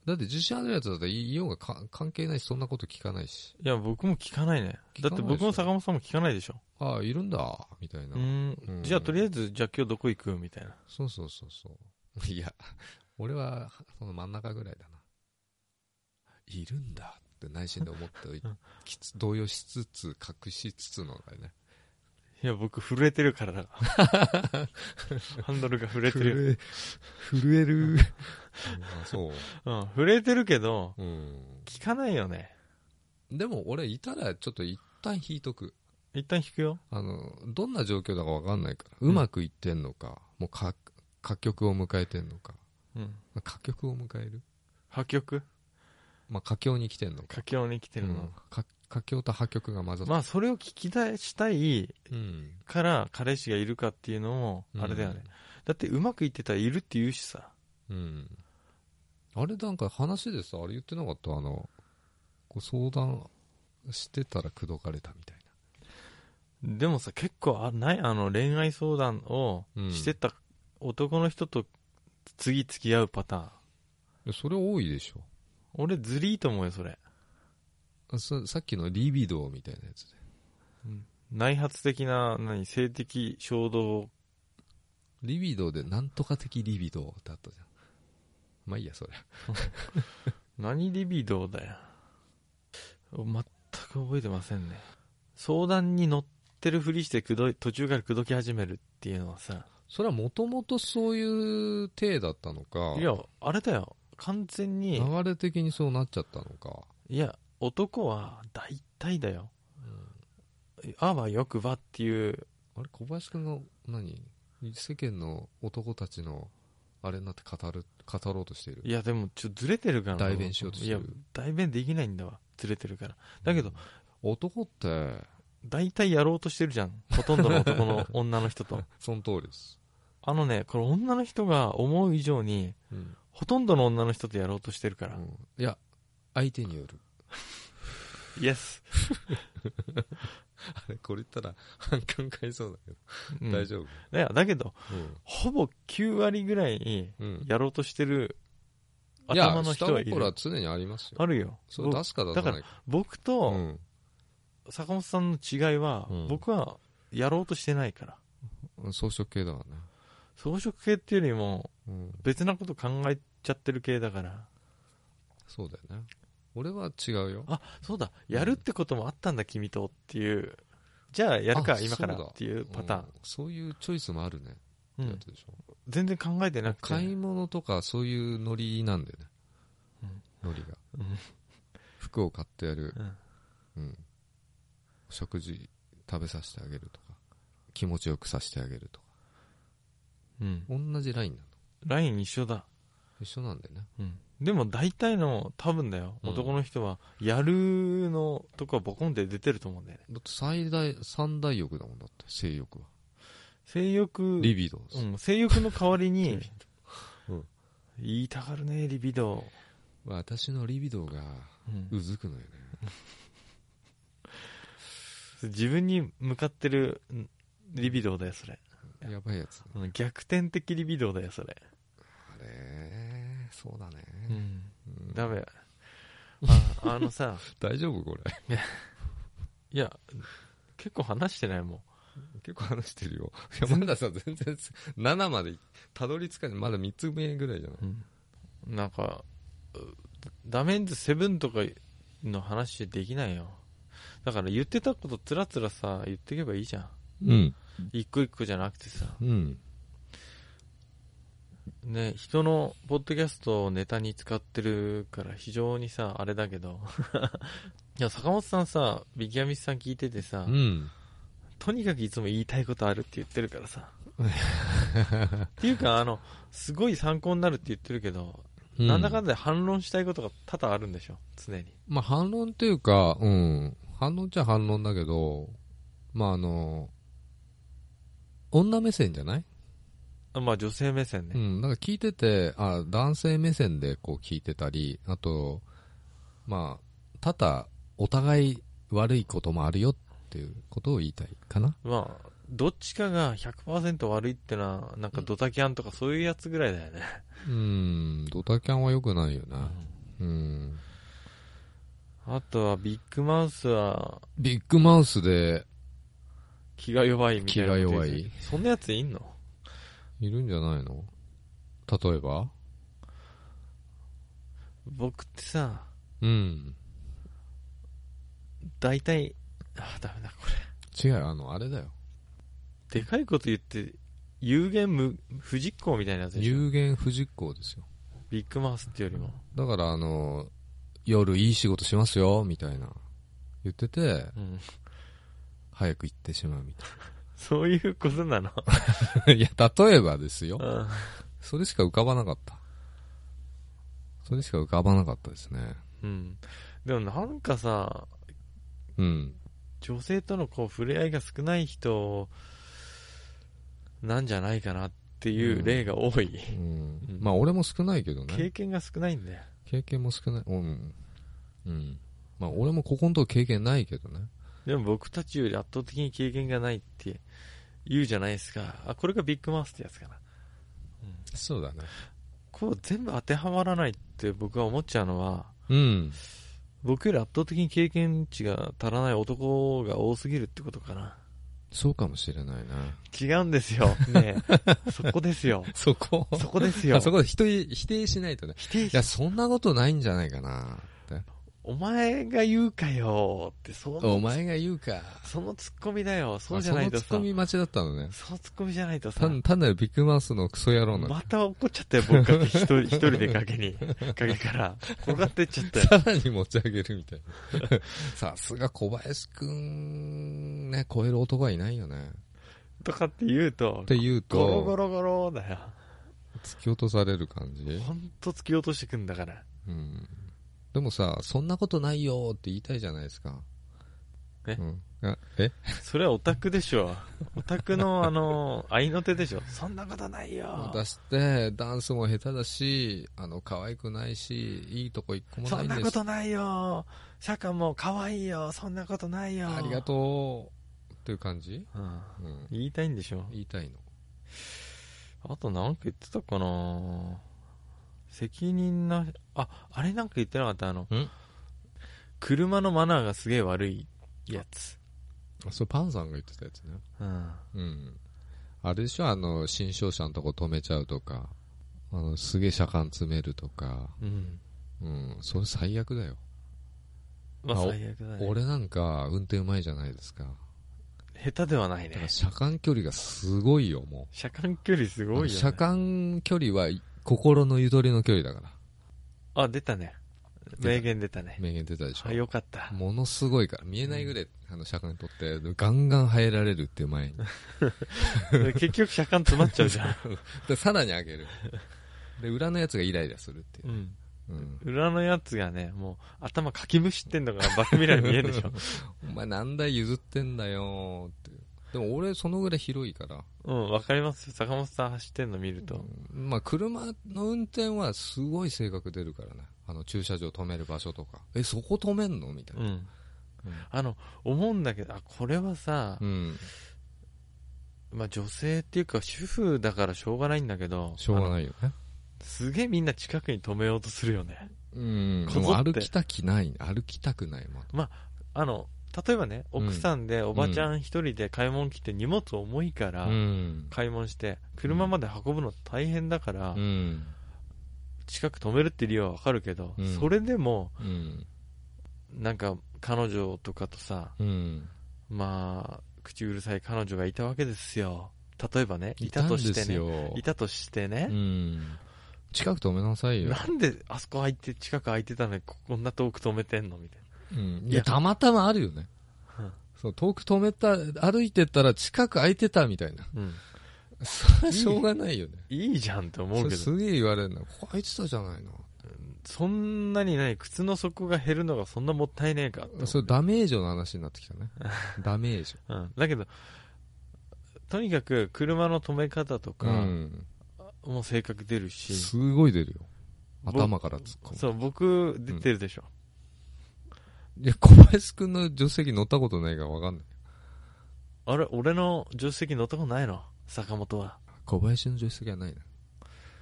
A: だって自信あるやつだったらいようがか関係ないしそんなこと聞かないし
B: いや僕も聞かないねだって僕も坂本さんも聞かないでしょ
A: ああいるんだみたいな、
B: うん
A: うん
B: じゃあとりあえずじゃあ今日どこ行くみたいな
A: そうそうそうそう [LAUGHS] いや俺はその真ん中ぐらいだないるんだって内心で思っておい
B: うん
A: きつ動揺しつつ隠しつつのがね
B: いや僕震えてるからだ [LAUGHS] ハンドルが震えてる、
A: 震え震える、うんあそう
B: うん、震えてるけど
A: うん
B: 聞かないよね
A: でも俺いたらちょっと一旦引いとく
B: 一旦引くよ
A: あのどんな状況だか分かんないからうまくいってんのか、もうか歌曲を迎えてんのか
B: うん
A: まあ歌曲を迎える、
B: 破局
A: まあ、歌教に来てんのか
B: 佳境に来てる
A: う
B: の、
A: んか歌教と破局が混ざって、
B: まあそれを聞き出したい
A: うん、
B: から彼氏がいるかっていうのもあれだよね、だってうまくいってたらいるって言うしさ
A: うん、あれなんか話でさあれ言ってなかったあのこう相談してたら口説かれたみたい
B: でもさ結構あないあの恋愛相談を
A: うん
B: してた男の人と次付き合うパターン
A: ないやそれ多いでしょ
B: 俺ずりーと思うよそれ
A: あささっきのリビドーみたいなやつで
B: 内発的な何性的衝動
A: リビドーでなんとか的リビドーってあったじゃんまあいいやそれ
B: 何リビドーだよ全く覚えてませんね相談に乗ってるふりしてくどい途中から口説き始めるっていうのはさ
A: それはもともとそういう体だったのか
B: いやあれだよ完全に
A: 流れ的にそうなっちゃったのか
B: いや男は大体だよ、あわよくばっていう
A: あれ小林君が何世間の男たちのあれになって語る語ろうとしている
B: いやでもちょっとずれてるからな
A: 代弁しようとしてる
B: いや代弁できないんだわずれてるからだけど
A: 男って
B: 大体やろうとしてるじゃんほとんどの男の女の
A: [LAUGHS]
B: 人と
A: その通りです、
B: あのね、これ女の人が思う以上に、
A: うん
B: ほとんどの女の人とやろうとしてるから。
A: いや相手による
B: イエス。
A: あれこれ言ったら反感買いそうだけど、
B: うん
A: [LAUGHS] 大丈夫
B: いやだけど、
A: うん
B: ほぼ9割ぐらいに
A: うん
B: やろうとしてる
A: いや
B: 頭の人はい
A: 下心は
B: る。
A: 常にありますよ
B: あるよ。
A: それ出すか出さないか
B: 僕
A: う
B: と
A: ん
B: 坂本さんの違いは、
A: うん
B: 僕はやろうとしてないから。
A: 装飾系だわね、
B: 装飾系っていうよりも、
A: うん、
B: 別なこと考えちゃってる系だから。
A: そうだよね俺は違うよ
B: あ、そうだ、やるってこともあったんだ、君とっていう。じゃあやるか
A: あ、
B: 今から
A: そうだ
B: っていうパターン
A: うん。そういうチョイスもあるね、
B: う
A: ってや
B: ん
A: つでしょ
B: 全然考えてなくて。
A: 買い物とかそういうノリなんだよね、ノリが
B: うん
A: 服を買ってやる、
B: うん
A: うん、食事食べさせてあげるとか気持ちよくさせてあげるとか
B: うん。
A: 同じラインなの
B: ライン一緒だ。
A: 一緒なんだよね
B: うん。でも大体の、多分だよ、
A: うん
B: 男の人は、やるのとかボコンって出てると思うんだよね。
A: だって最大三大欲だもんだって性欲は
B: 性欲、
A: リビドーです、
B: うん、性欲の代わりに、
A: うん
B: 言いたがるね、リビド
A: 私のリビドーが
B: ー。うん
A: うずくのよね、
B: 自分に向かってるうんリビドーだよ、それ。
A: やばいやつ
B: うん逆転的リビドーだよ、それ。
A: あれそうだね、
B: ん。
A: うん
B: ダメ。ああのさ、
A: 大丈夫これ
B: [LAUGHS] いや、結構話してないもん。
A: [LAUGHS] 結構話してるよ。いや、まださ、全然、7までたどり着かない。まだ3つ目ぐらいじゃない
B: なんか、うダメンズセブンとかの話できないよ。だから言ってたことつらつらさ、言ってけばいいじゃん。
A: うん。
B: 一個一個じゃなくてさ。
A: うん。
B: ね、人のポッドキャストをネタに使ってるから非常にさ、あれだけど。 [LAUGHS] いや、坂本さんさ、ビキアミスさん聞いててさ、
A: うん。
B: とにかくいつも言いたいことあるって言ってるか
A: [LAUGHS]
B: らさ。っていうか、あの、すごい参考になるって言ってるけど、なんだかんだで反論したいことが多々あるんでしょ、常に。
A: まあ反論っていうか、うん。反論っちゃ反論だけど、まああの、女目線じゃない、
B: あまあ、女性目線
A: う
B: ね。
A: ん。なんか聞いてて、あ男性目線でこう聞いてたり、あと、まあ、多々お互い悪いこともあるよっていうことを言いたいかな。
B: まあ、どっちかが100%悪いってのは、なんかドタキャンとかそういうやつぐらいだよね。
A: うん。ドタキャンは良くないよね。うん。
B: あとは、ビッグマウスは
A: ビッグマウスで
B: 気が弱いみたいなこと言ってる。
A: 気が弱い
B: そんなやついんの
A: いるんじゃないの例えば
B: 僕ってさ、
A: うん。
B: 大体、あ、ダメだ、こ
A: 違うよ、あの、あれだよ。
B: れ。でかいこと言って、有言無、不実行みたいなやつでしょ。
A: 有言不実行ですよ。
B: ビッグマウスってよりも。
A: だから、あの、夜いい仕事しますよ、みたいな。言ってて、
B: うん。
A: 早く行ってしまうみた
B: そういうことなの。
A: [LAUGHS] いな。いや、例えばですよ
B: う。ん。
A: それしか浮かばなかった。それしか浮かばなかったですね。
B: うん。でもなんかさ、
A: うん。
B: 女性とのこう触れ合いが少ない人なんじゃないかなっていう例が多い、
A: うん
B: うん。
A: まあ、俺も少ないけどね
B: 経。験が少ないんだよ
A: 経験も少ない。うん。うん。まあ、俺もここのとこ経験ないけどね。
B: でも僕たちより圧倒的に経験がないって言うじゃないですかあこれがビッグマウスってやつかな
A: そうだね。
B: こう全部当てはまらないって僕は思っちゃうのは
A: うん。
B: 僕より圧倒的に経験値が足らない男が多すぎるってことかな
A: そうかもしれないな。
B: 違うんです [LAUGHS] よねえそこです [LAUGHS] よ
A: そこ
B: そこです
A: あ
B: よ
A: そこで否定否定しないとね。
B: 否定
A: いや、そんなことないんじゃないかなって。
B: お前が言うかよってそんな
A: お前が言うか。
B: そのツッコミだよ。そうじゃないと
A: あ
B: さ。
A: そのツッコミ待ちだったのね。
B: そのツッコミじゃないとさ。
A: 単単なるビッグマウスのクソ野郎なんだ
B: また怒っちゃったよ、僕が一人 [LAUGHS] 一人で崖に。崖から。転がってっちゃったよ。
A: さらに持ち上げるみたいな。 [LAUGHS] さすが小林くん、ね、超える男はいないよね。
B: とかって言うと
A: っ、て言う
B: ゴロゴ
A: と、
B: ロゴロだよ。
A: 突き落とされる感じ。
B: ほんと突き落としてくんだから。
A: うん。でもさ、そんなことないよって言いたいじゃないですか。
B: え
A: うん、あえ
B: それはオタクでしょ。オタ
A: [LAUGHS]
B: クのあの、愛の手でしょ。そんなことないよ。
A: 出して、ダンスも下手だし、あの、可愛くないし、いいとこ一個も
B: そ
A: ない
B: ん
A: ん
B: な
A: で
B: こ
A: す。
B: とないよ。シャカも可愛いよ。そんなことないよ。
A: ありがとう。っていう感じ
B: う。ん、
A: うん。
B: 言いたいんでしょ。
A: 言いたいの。
B: あとなんか言ってたかな責任な、あ、あれなんか言ってなかったあの
A: ん、
B: 車のマナーがすげえ悪いやつ。
A: あ、それパンさんが言ってたやつね。
B: うん。
A: うん。あれでしょあの、新商社のとこ止めちゃうとか、あの、すげえ車間詰めるとか、
B: うん。
A: うん、それ最悪だよ。
B: まあ
A: あお
B: 最悪だね。
A: 俺なんか、運転うまいじゃないですか。
B: 下手ではない
A: だから
B: ね。
A: 車間距離がすごいよ、もう。
B: 車間距離すごいよ、ね。
A: 車間距離は心のゆとりの距離だから。
B: あ、出たね。
A: 出た
B: 名言出たね。
A: 名言出たでしょ
B: あ、よかった。
A: ものすごいから、見えないぐらい、あの、車間取って、ガンガン入られるっていう前に。
B: [LAUGHS] 結局車間詰まっちゃうじゃん。
A: で、さらに上げる。で、裏のやつがイライラするっていうう。
B: ん。
A: うん。
B: 裏のやつがね、もう頭かきむしってんのがバックミラーに見えるでしょ。
A: お前何台譲ってんだよーって。でも俺、そのぐらい広いから。
B: うん、わかりますよ。坂本さん走ってんの見ると。
A: まあ、車の運転はすごい性格出るからね。あの、駐車場止める場所とか。え、そこ止めんのみたいうな。
B: ん
A: うん。
B: あの、思うんだけど、あ、これはさ、
A: うん。
B: まあ女性っていうか主婦だからしょうがないんだけど、
A: しょうが
B: あの
A: ないよね。
B: すげえみんな近くに止めようとするよね。
A: うん。で
B: こぞって
A: も歩きたきない。歩きたくない、まだ。
B: あの、例えばね、
A: うん
B: 奥さんでおばちゃん一人で買い物来て荷物重いから、
A: うん。
B: 買い物して、車まで運ぶの大変だから、
A: うん。
B: 近く止めるって理由はわかるけど、
A: うん
B: それでも、
A: うん。
B: なんか彼女とかとさ、
A: うん。
B: まあ、口うるさい彼女がいたわけですよ。例えばね、いたとしてね。
A: ね
B: いたとしてね
A: う。ん。近く止めなさいよ。
B: なんであそこ空いて、近く空いてたのに、ここんな遠く止めてんのみたい
A: うん。
B: い
A: い
B: や
A: や、たまたまあるよね
B: うん。
A: そう、遠く止めた、歩いてったら近く空いてたみたいな。
B: な。うん。
A: それはしょうがないよね。
B: いいじゃんと思
A: そうれ
B: けど、
A: すげえ言われるの。ここ空いてたじゃないの。
B: そんなにない、靴の底が減るのがそんなもったいねえかって思う
A: そう、ダメージョの話になってきた
B: [LAUGHS]
A: ね。ダメージ
B: うん、だけど、とにかく車の止め方と
A: ョ。う
B: か、
A: ん。
B: もう性格出るし、
A: すごい出るよ。
B: 僕
A: 頭から突っ込む。
B: そう、僕、出てるでしょ。
A: いや、小林くんの助手席乗ったことないからわかんない。
B: あれ、俺の助手席乗ったことないの坂本は。
A: 小林の助手席はないな。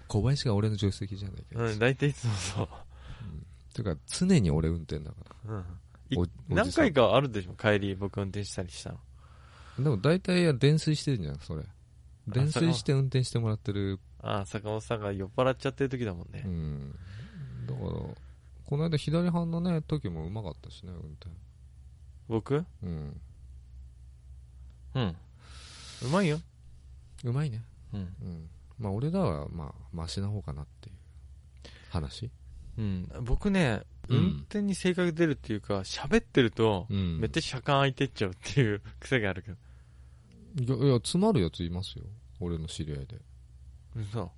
A: 小林が俺の助手席じゃないけど。
B: うん、大体いつもそう。
A: てか、常に俺運転だか
B: うん
A: おお
B: い
A: じさん
B: 何回かあるでしょ、帰り、僕運転したりしたの。
A: ら。でも大体は泥酔してるんじゃん、それ。泥酔して運転してもらってる。
B: ああ、坂本さんが酔っ払っちゃってる時だもんね
A: う。ん。だから、この間左半のね、時もうまかったしね、運転。
B: 僕
A: うん。
B: うん。うまいよ。
A: うまいね。
B: うん。
A: うん。まあ俺らは、まあ、マシな方かなっていう話。
B: うん。僕
A: うん
B: ね、運転に性格出るっていうか、喋ってると、
A: うん。
B: めっちゃ車間空いてっちゃうっていう [LAUGHS] 癖があるけど。
A: いや、いや詰まるやついますよ。俺の知り合いで。
B: 嘘。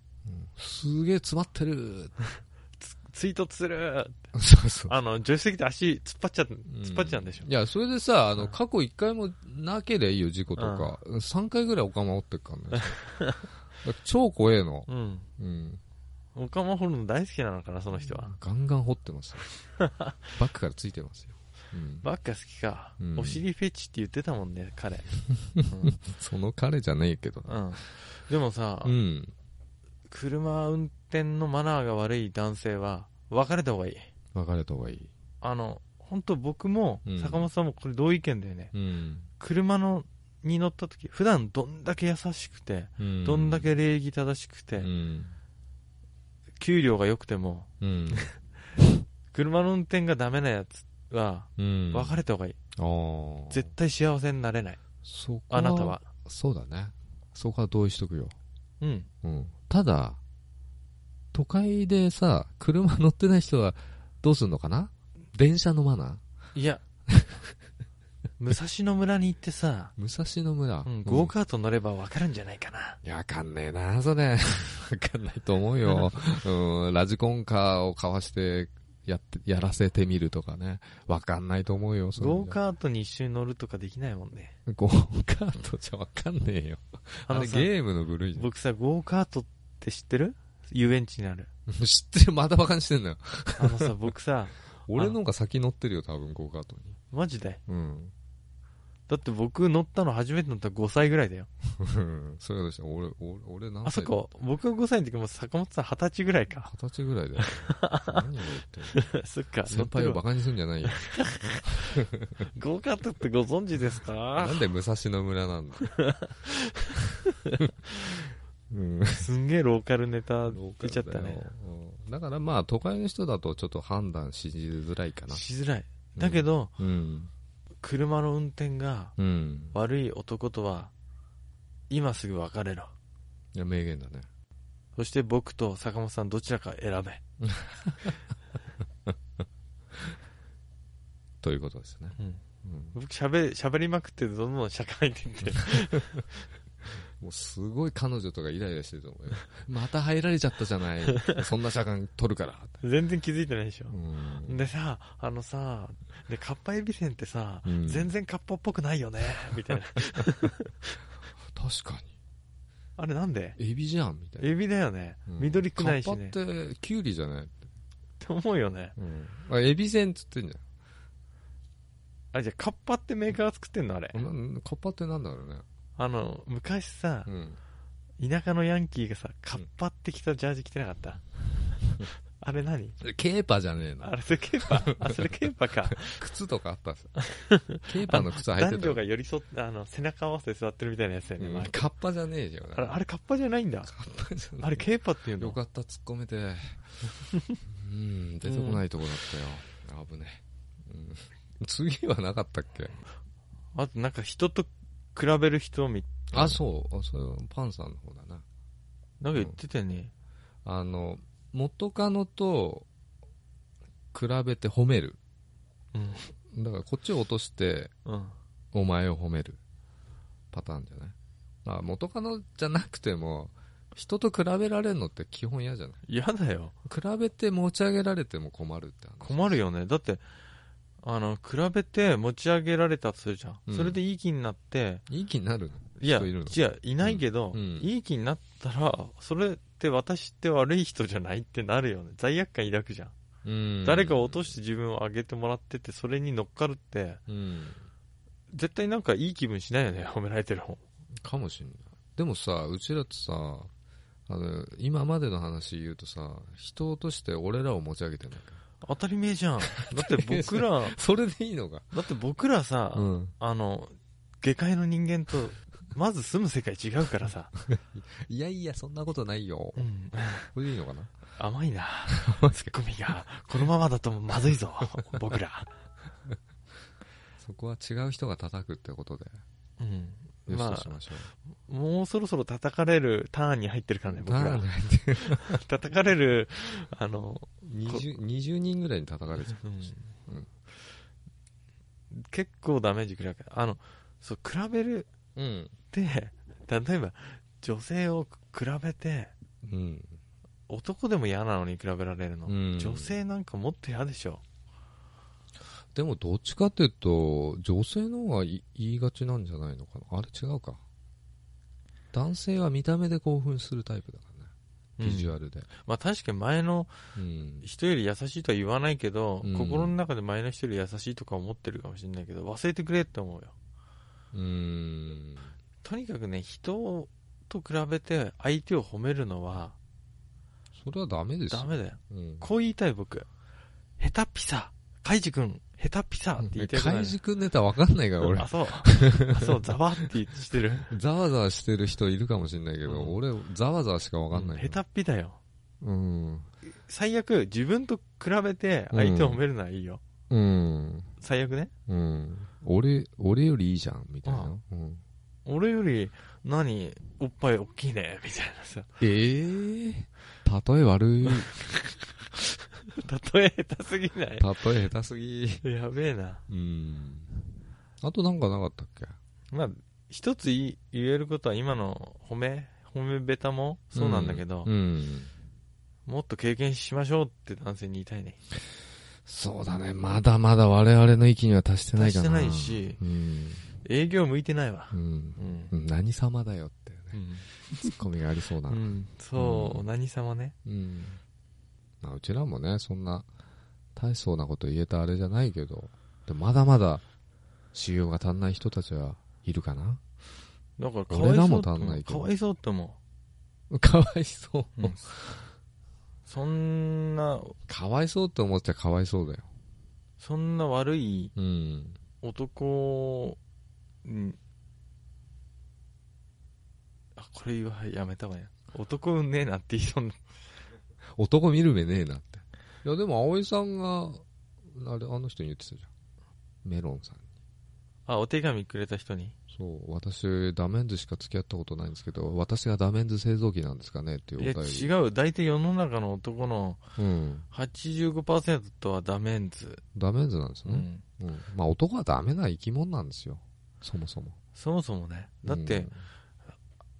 A: すげえ詰まってる
B: 追突する
A: [LAUGHS] そうそう。
B: あの、助手席で足突っ張っちゃう、
A: う
B: 突っ張っちゃうんでしょ。
A: いや、それでさ、あ
B: うん
A: の、過去一回もなければいいよ、事故とか。3回ぐらいお釜折ってっからね。
B: [LAUGHS]
A: だから超怖えの。
B: うん。
A: うん。
B: おかま掘るの大好きなのかな、その人は。
A: ガンガン掘ってますよ。
B: [LAUGHS]
A: バックからついてますよ。うん。
B: バッカ好きか
A: う。ん
B: お尻フェチって言ってたもんね、 [LAUGHS] 彼。うん
A: その彼じゃねえけどな。
B: うん。でもさ
A: う、ん。
B: 車運転のマナーが悪い男性は、別れた方がいい。
A: 別れた方がいい。
B: あの、本当僕も
A: うん、
B: 坂本さんもこれ同意見だよね。
A: うん。
B: 車の、に乗った時、普段どんだけ優しくて、
A: うん
B: どんだけ礼儀正しくて、
A: うん。
B: 給料が良くても、
A: うん。
B: 車の運転がダメなやつは、
A: うん。
B: 別れた方がいい。
A: ああ。
B: 絶対幸せになれない。
A: そこ
B: あなたは。。
A: そうだね。そこは同意しとくよ。
B: うん。
A: うん、ただ、都会でさ、車乗ってない人はどうすんのかな電車のマナー
B: い
A: [LAUGHS]
B: や、武蔵野村に行ってさ、
A: 武蔵野村。
B: うん、ゴーカート乗れば分かるんじゃないかな。
A: いや、わかんねえな、そ [LAUGHS] れ。わかんないと思う [LAUGHS] よ。うん、ラジコンカーをかわして、やって、やらせてみるとかね。わかんないと思うよ、それ
B: ゴーカートに一緒に乗るとかできないもんね。
A: ゴーカートじゃわかんねえよ。
B: あ
A: あ
B: の
A: れ
B: さ
A: ゲームの部類じゃ
B: 僕さ、ゴーカートって知ってる遊園地にある。
A: ん。 [LAUGHS] 知ってる、またバカにしてんのよ。
B: あのさ、僕さ、 [LAUGHS]
A: 俺の方が先乗ってるよ、多分、ゴーカートに。
B: マジで。
A: うん。
B: だって僕乗ったの初めて乗ったの5歳ぐらいだよ。
A: うん [LAUGHS] そういうことして、俺、俺、俺何歳だ
B: あそこ、僕が5歳の時も坂本さん20歳ぐらいか。
A: 二十歳ぐらいだよ。何を言ってんの
B: [LAUGHS] そっか、乗
A: 先
B: って
A: 輩
B: る
A: をバ
B: わ
A: カにすんじゃない
B: [LAUGHS]
A: よ。
B: ゴーカートってご存知ですか
A: なんで武蔵野村なんだ
B: [LAUGHS]
A: うん。
B: すんげえローカルネタ出ちゃった
A: だ
B: ね
A: よ。うんだからまあ、都会の人だとちょっと判断しづらいかな。
B: しづらい。だけど、
A: うん。
B: 車の運転が
A: うん。
B: 悪い男とは、今すぐ別れろ。
A: いや、名言だね。
B: そして僕と坂本さんどちらか選べ。
A: ということですね。うん
B: 僕喋、喋りまくってどんどん社会
A: [LAUGHS]
B: 人って。
A: もうすごい彼女とかイライラしてると思うよ。 [LAUGHS] また入られちゃったじゃ
B: [LAUGHS]
A: ない。そんな車間取るから。
B: 全然気づいてないでしょ
A: う。ん。
B: でさ、あのさ、で、カッパエビせんってさ、
A: うん
B: 全然カッパっぽくない
A: [LAUGHS]
B: よね、みたいな。
A: 確か
B: あれなんで
A: に。エビじゃん、みたいな。
B: エビだよね。緑くないしね。っ
A: カッパってキュウリじゃない、
B: て思うよね。
A: あエビせんっつってんじ
B: あ、じゃあカッパってメーカーが作ってんのあれ
A: ゃ。んなカッパってなんだろうね、
B: あの、昔さ
A: う、ん、
B: 田舎のヤンキーがさ、カッパって着たジャージ着てなかった。 [LAUGHS] あれ何
A: ケーパじゃねえな
B: あれ、それケーパあ、それケー
A: [LAUGHS]
B: パか。
A: 靴とかあったさ
B: [LAUGHS]
A: ケーパの靴履いて
B: 男
A: た
B: 女が寄り添って、あの、背中合わせて座ってるみたいなやつだよね。
A: うん
B: 前
A: カッパじゃねえじゃん
B: あれ、あれカッパじゃないんだ。
A: カッパじゃねえ
B: あれ、ケーパっていう
A: よ
B: の
A: かった突っ込めてうん出てこないとこだったよ、危ねえ次はなかったっけ
B: あとなんか人と比べる人み
A: あ、そう。あそれはパンさんの方だな。
B: なんか言ってたよね。
A: あの、元カノと比べて褒める。
B: うん。
A: だからこっちを落として、
B: うん。
A: お前を褒めるパターンじゃないまあ、元カノじゃなくても、人と比べられるのって基本嫌じゃない
B: 嫌だよ。
A: 比べて持ち上げられても困るって話。
B: 困るよね。だって、あの、比べて持ち上げられたとするじゃん。
A: うん
B: それでいい気になって、
A: いい気になるの
B: いや、
A: 人いるの
B: じゃあいないけど、
A: うんうん
B: いい気になったら、それって私って悪い人じゃないってなるよね。罪悪感抱くじゃん。
A: うん
B: 誰かを落として自分を上げてもらってて、それに乗っかるって、
A: うん。
B: 絶対なんかいい気分しないよね、褒められてる方。
A: かもしんない。でもさ、うちらってさ、あの、今までの話言うとさ、人を落として俺らを持ち上げてんだから。
B: [LAUGHS] 当たり前じゃん。だって僕ら、
A: それ [LAUGHS] でいいのか。
B: だって僕らさ、
A: ん。
B: あの、下界の人間と、まず住む世界違うからさ。
A: いやいや、そんなことないよ。
B: うん。
A: これでいいのかな
B: 甘 [LAUGHS] いな。ツッコミが。このままだとまずいぞ。僕ら。
A: そこは違う人が叩くってことで、
B: うん。
A: よし
B: ま
A: と
B: あ
A: し、ましょう。
B: もうそろそろ叩かれるターンに入ってるからね、僕
A: な
B: ら
A: ん。で
B: 叩かれる、あの、
A: 20, 20人ぐらいに叩かれちゃ
B: うん
A: うん
B: 結構ダメージ食らうから。あの、そう、比べる
A: う。うん。
B: って、例えば、女性を比べて、
A: うん。
B: 男でも嫌なのに比べられるの。
A: うん
B: 女性なんかもっと嫌でしょ。
A: でも、どっちかっていうと、女性の方がい言いがちなんじゃないのかなあれ違うか。男性は見た目で興奮するタイプだからね。ビジュ
B: アル。
A: アルで。
B: まあ確かに前の
A: うん。
B: 人より優しいとは言わないけど、
A: うん
B: 心の中で前の人より優しいとか思ってるかもしれないけど忘れてくれって思うよ
A: うん。
B: とにかくね人と比べて相手を褒めるのは
A: それはダメですよ
B: ダメだよ
A: うん。
B: こう言いたい僕ヘタピサカイジ君ヘタピサって言いたくな
A: カ
B: い
A: イジ君ネタわかんないから、俺
B: [LAUGHS] あ。そうあそうざわってしてる
A: ざわざわしてる人いるかもしれないけど、
B: うん
A: 俺、ざわざわしかわかんない
B: ヘ
A: か
B: タ
A: ら。
B: っぴだよ
A: うん。
B: 最悪自分と比べて相手を褒めるのはいいよ、
A: うん。
B: 最悪ね
A: うん。俺、俺よりいいじゃん、みたいな。うん、
B: 俺より何おっぱい大きいねみたいなさ
A: ええー。例え
B: [LAUGHS]
A: 悪い。例
B: 例え下手すぎない
A: え下手すぎ。
B: やべえな。
A: うん。あとなんかなかったっけ
B: まあ、一つ言い言えることは今の褒め、褒めベタもそうなんだけど、
A: うん。うん
B: もっと経験しましょうって男性に言いたいね。
A: そうだね。まだまだ我々の域には達してないかな。
B: 達してないし
A: うん。
B: 営業向いてないわ
A: う。ん。
B: うん。
A: うん何様だよっていう
B: う
A: ね。
B: ん。
A: ツッコミがありそうな。
B: そう、
A: うん
B: 何様ね。
A: うん。まあ、うちらもね、そんな、大層なこと言えたあれじゃないけど、でもまだまだ、修行が足んない人たちはいるかな
B: だから、かわい
A: 俺
B: そ
A: ら
B: う
A: も
B: って
A: 足ん
B: 思
A: な
B: う。
A: いけ
B: か
A: ど
B: わいそうって思
A: [LAUGHS] かわいそう
B: う。うんそんな、
A: かわいそうって思っちゃかわいそうだよ。
B: そんな悪い
A: うん。
B: 男に、あ、これ言わ、やめたわや。男うんねえなって言いそうにな
A: 男見る目ねえなって。いや、でも葵さんが、あれ、あの人に言ってたじゃん。メロンさんに。
B: あ、お手紙くれた人に。
A: そう、私、ダメンズしか付き合ったことないんですけど、私がダメンズ製造機なんですかねって
B: い
A: いう
B: や、
A: お便り。
B: 違う。大体世の中の男の
A: うん。
B: 85%はダメンズ。
A: ダメンズなんです
B: う
A: ね。
B: ん。
A: うん。まあ、男はダメな生き物なんですよ。そもそも。
B: そもそもね。だって、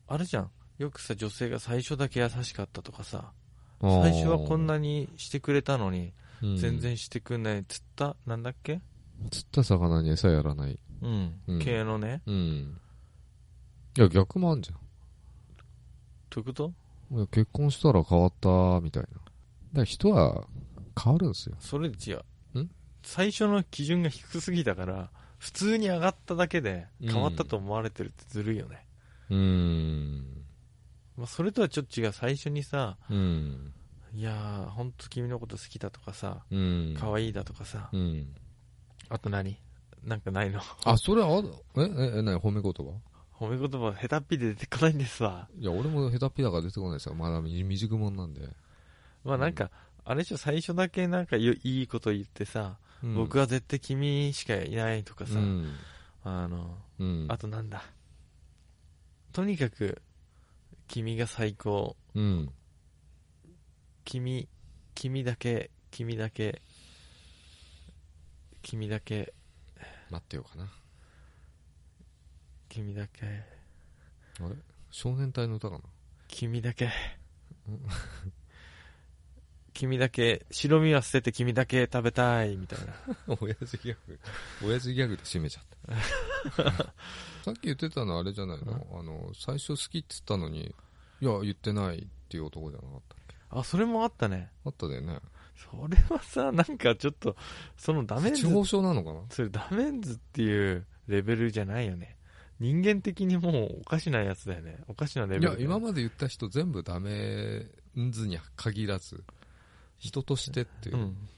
B: あるじゃん。よくさ、女性が最初だけ優しかったとかさ、
A: うん、
B: 最初はこんなにしてくれたのに、
A: うん
B: 全然してくんない。釣った、なんだっけ
A: 釣った魚に餌やらない
B: うん
A: うん。
B: 系のね。
A: うんいや逆もあんじゃ
B: どういうこと
A: んいや結婚したら変わったみたいなだから人は変わるんですよ
B: それ違う。
A: ん
B: 最初の基準が低すぎたから、普通に上がっただけで変わったと思われてるってずるいよね。
A: うーん
B: まあ、それとはちょっと違う。最初にさ、
A: うん
B: いやー、ほんと君のこと好きだとかさ、
A: うん
B: 可愛いだとかさ、
A: うん
B: あと何なんかないの [LAUGHS]
A: あそれあえええ何褒め言葉
B: 褒め言葉、下手っぴで出てこないんですわ。
A: いや俺も下手っぴだから出てこないですよまだ未未熟者なんで
B: まあなんか、あれでしょ、最初だけなんかよいいこと言ってさ、
A: うん
B: 僕は絶対君しかいないとかさ、
A: うん
B: あの、
A: うん
B: あとなんだ。とにかく、君が最高。
A: うん
B: 君、君だけ、君だけ、君だけ、
A: 待ってようかな
B: 君だけ、
A: あれ少年隊の歌かな
B: 君だけ。君だけ、白身は捨てて君だけ食べたい、みたいな。
A: [LAUGHS] 親父ギャグ親父ギャグで締めちゃった
B: [LAUGHS]
A: さっき言ってたのあれじゃないのあの最初好きっつったのにいや言ってないっていう男じゃなかった
B: あ、それもあったね。
A: あっただよね
B: それはさ、なんかちょっと、そのダメー
A: 地
B: ジ
A: 方症なのかな
B: それダメンズっていうレベルじゃないよね人間的にもうおかしなやつだよねおかしなレベル
A: い
B: だ
A: や
B: よね
A: 今まで言った人全部ダメんずに限らず人としてっていう、
B: うん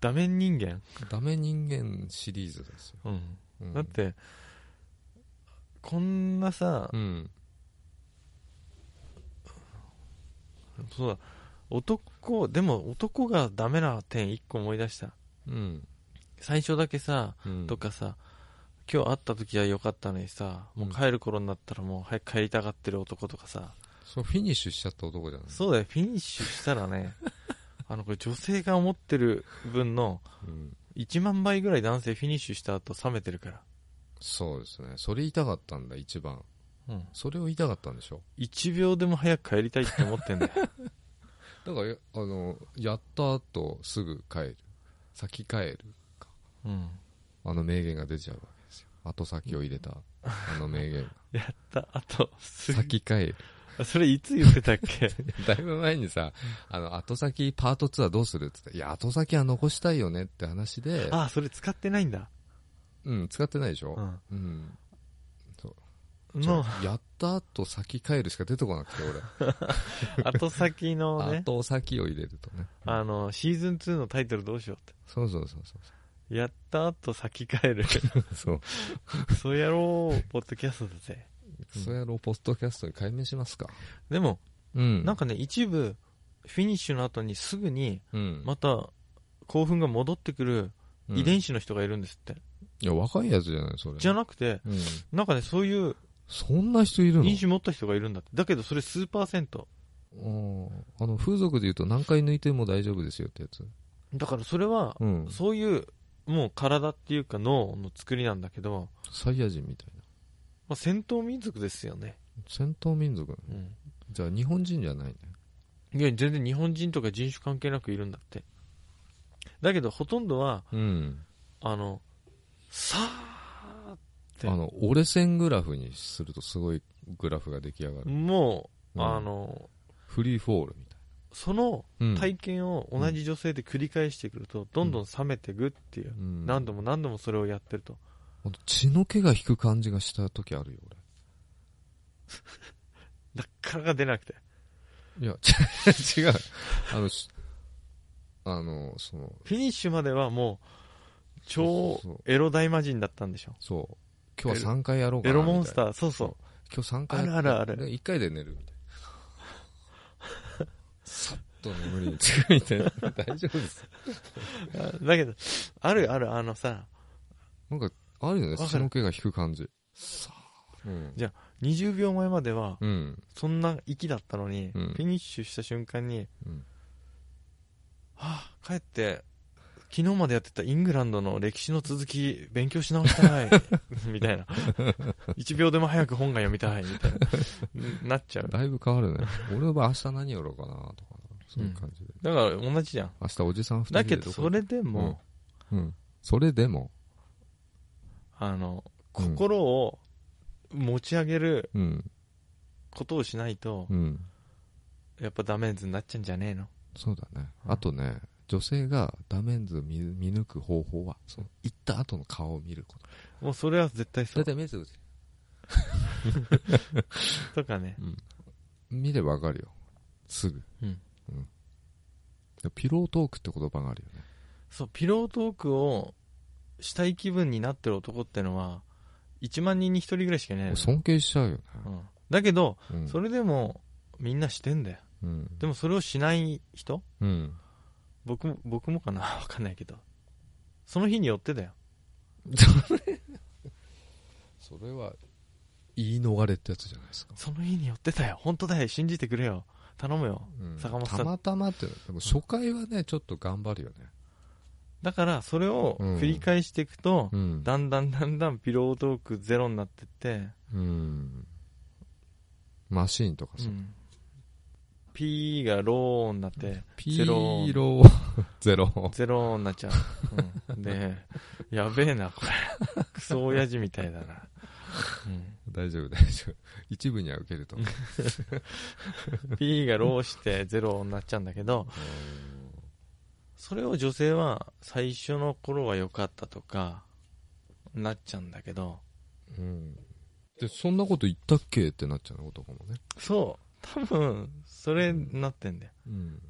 B: ダメ人間、
A: ダメ人間シリーズですよ、
B: うん
A: うん
B: だってこんなさ、
A: うん
B: そうだ男でも男がダメな点一個思い出した
A: うん、
B: 最初だけさ、
A: うん、
B: とかさ今日会った時は良かったのにさもう帰る頃になったらもう早く帰りたがってる男とかさ、
A: そのフィニッシュしちゃった男じゃない
B: そうだよ、フィニッシュしたら [LAUGHS] ね、あの、これ女性が思ってる分の
A: うん、
B: 1万倍ぐらい男性フィニッシュした後冷めてるから。
A: そうですねそれ言いたかったんだ一番
B: うん。
A: それを言いたかったんでしょ
B: 1秒でも早く帰りたいって思ってんだよ。
A: だからやあのやった後すぐ帰る先帰る
B: [LAUGHS] うん。
A: あの名言が出ちゃうわけですよ後先を入れたあの名言
B: やった、あと、す
A: 先帰る
B: あそれいつ言ってたっ [LAUGHS] け
A: だいぶ前にさ、あの、後先パート2はどうするって言って、いや、後先は残したいよねって話で、
B: あ、それ使ってないんだ。
A: うん、使ってないでし
B: う
A: ょ
B: ん。
A: うん。じゃ
B: の、
A: あやった後先帰るしか出てこなくて、
B: [LAUGHS] 後先の
A: 俺。
B: ね、
A: 後先を入れるとね。
B: あの、シーズン2のタイトルどうしようっ
A: そうそうそうそ
B: [LAUGHS] て。やった後先帰る。 [LAUGHS]
A: う。そう。
B: クソ野郎、ポッドキャストだぜ。
A: クソ野郎ポストキャストに解明しますか。
B: でも、
A: うん。
B: なんかね、一部、フィニッシュの後にすぐに、
A: うん、
B: また興奮が戻ってくる
A: うん
B: 遺伝子の人がいるんですって、
A: いや、若いやつじゃない、それ。
B: じゃなくて
A: うん。
B: なんかねそういう
A: そんな人いるの
B: 飲酒持った人がいるんだってだけどそれ数パーセント
A: うんあの、風俗で言うと何回抜いても大丈夫ですよってやつ。
B: だからそれは、
A: うん。
B: そういうもう体っていうか脳の作りなんだけど、
A: サイヤ人みたいな。
B: まあ、戦闘民族ですよね、
A: 戦闘民族。
B: うん、
A: じゃあ日本人じゃないね。
B: いや全然日本人とか人種関係なくいるんだってだけどほとんどは
A: うん。
B: あのさって
A: あの折れ線グラフにするとすごいグラフが出来上が
B: あ
A: る、
B: もう、
A: うん
B: あの
A: フリーフォールみたい
B: その
A: な、うん
B: 体験を同じ女性で繰り返してくると、どんどん冷めていくっていう、
A: うん
B: 何度も何度もそれをやってると
A: ほんと血の毛が引く感じがした時あるよ
B: だからが出なくて
A: 俺いや [LAUGHS] ち違うあのしあのその
B: フィニッシュまではもう超
A: そうそうそう
B: エロ大魔人だったんでしょ
A: そう今日は3回やろうか
B: エ
A: な
B: ロモンス
A: ー
B: ターそうそう
A: 今日3回や
B: あるあるある
A: 1回で寝るみたいなさっと眠りにつくみたいな大丈夫です
B: あだけどあるあるあのさ
A: なんかあるよね
B: わかる
A: 血の毛が引く感じさあうん
B: 20秒前までは
A: うん
B: そんな息だったのに、
A: うん
B: フィニッシュした瞬間に、
A: うん
B: はあ帰って昨日までやってたイングランドの歴史の続き勉強し直
A: [LAUGHS]
B: したいみたいな1秒でも早く本が読みたいみたいななっちゃう
A: だいぶ変わるね俺の場合明日何やろうかなとかそういう感じで、
B: だから同じじゃん
A: 明日おじさん二人
B: だ
A: で
B: けど
A: こ
B: それでも、
A: うん、それでも、
B: あの
A: うん
B: 心を持ち上げる
A: うん
B: ことをしないと、
A: うん、
B: やっぱダメーズになっちゃうんじゃねえの
A: そうだね、
B: うん
A: あとね女性がダメンズを見見抜く方法はその行った後の顔を見ること
B: もうそれは絶対そう
A: い目つぶって
B: とかね
A: 見ればわかるよすぐ、
B: うん
A: でピロートークって言葉があるよね
B: そうピロートークをしたい気分になってる男ってのは1万人に1人ぐらいしかいない
A: も
B: の
A: う尊敬しちゃうよね、
B: うんだけど、
A: うん、
B: それでもみんなしてんだよ
A: うん
B: でもそれをしない人
A: うん
B: 僕も、僕もかな [LAUGHS] わかんないけど。その日によってだよ。
A: それは言い逃れってやつじゃないですか、
B: その日によってだよ。本当だよ。信じてくれよ。頼むよ。
A: うん
B: 坂本さん
A: たまたまってでも初回はねちょっと頑張るよね
B: だから、それを繰り返していくと、
A: うん
B: だんだんだんだんピロートークゼロになってって、
A: うんマシーンとかさ、
B: うん、P がローになって、
A: ピ
B: ゼ
A: ー
B: ロ
A: ロ [LAUGHS] ゼロ
B: ゼロになっちゃう。うん、で、やべえな、これ。クソ親父みたいだな。
A: 大丈夫大丈夫一部には受けると思う
B: うん、P がローしてゼロになっちゃうんだけど、それを女性は最初の頃は良かったとか、なっちゃうんだけど、
A: うんでそんなこと言ったっけってなっちゃうの男もね、
B: そう、多分、それになってんだよ。
A: うん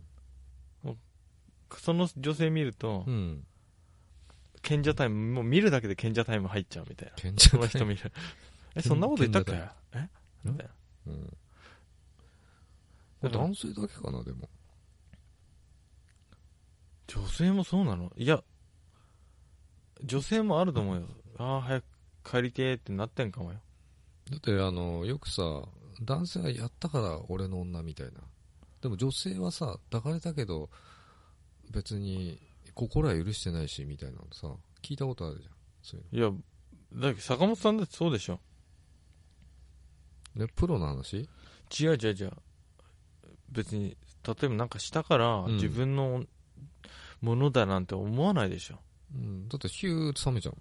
B: その女性見ると
A: う、ん、
B: 賢者タイム、もう見るだけで賢者タイム入っちゃうみたいな。
A: 賢
B: そ
A: 者
B: の
A: だ
B: 人見
A: [LAUGHS]
B: る。え、そんなこと言ったっけ
A: 賢
B: え
A: タイム
B: みたいな
A: うん、これ男性だけかなでも
B: 女性もそうなのいや、女性もあると思うよ。ああ、早く帰りてーってなってんかもよ。
A: だってあのよくさ男性がやったから俺の女みたいなでも女性はさ抱かれたけど別に心は許してないしみたいなのさ聞いたことあるじゃんそういう
B: いや、だけど坂本さんだってそうでしょ。
A: のねプロの話
B: 違う違う違う。別に、例えばなんかしたから
A: うん
B: 自分のものだなんて思わないでしょ。
A: うんだってヒューって冷めちゃう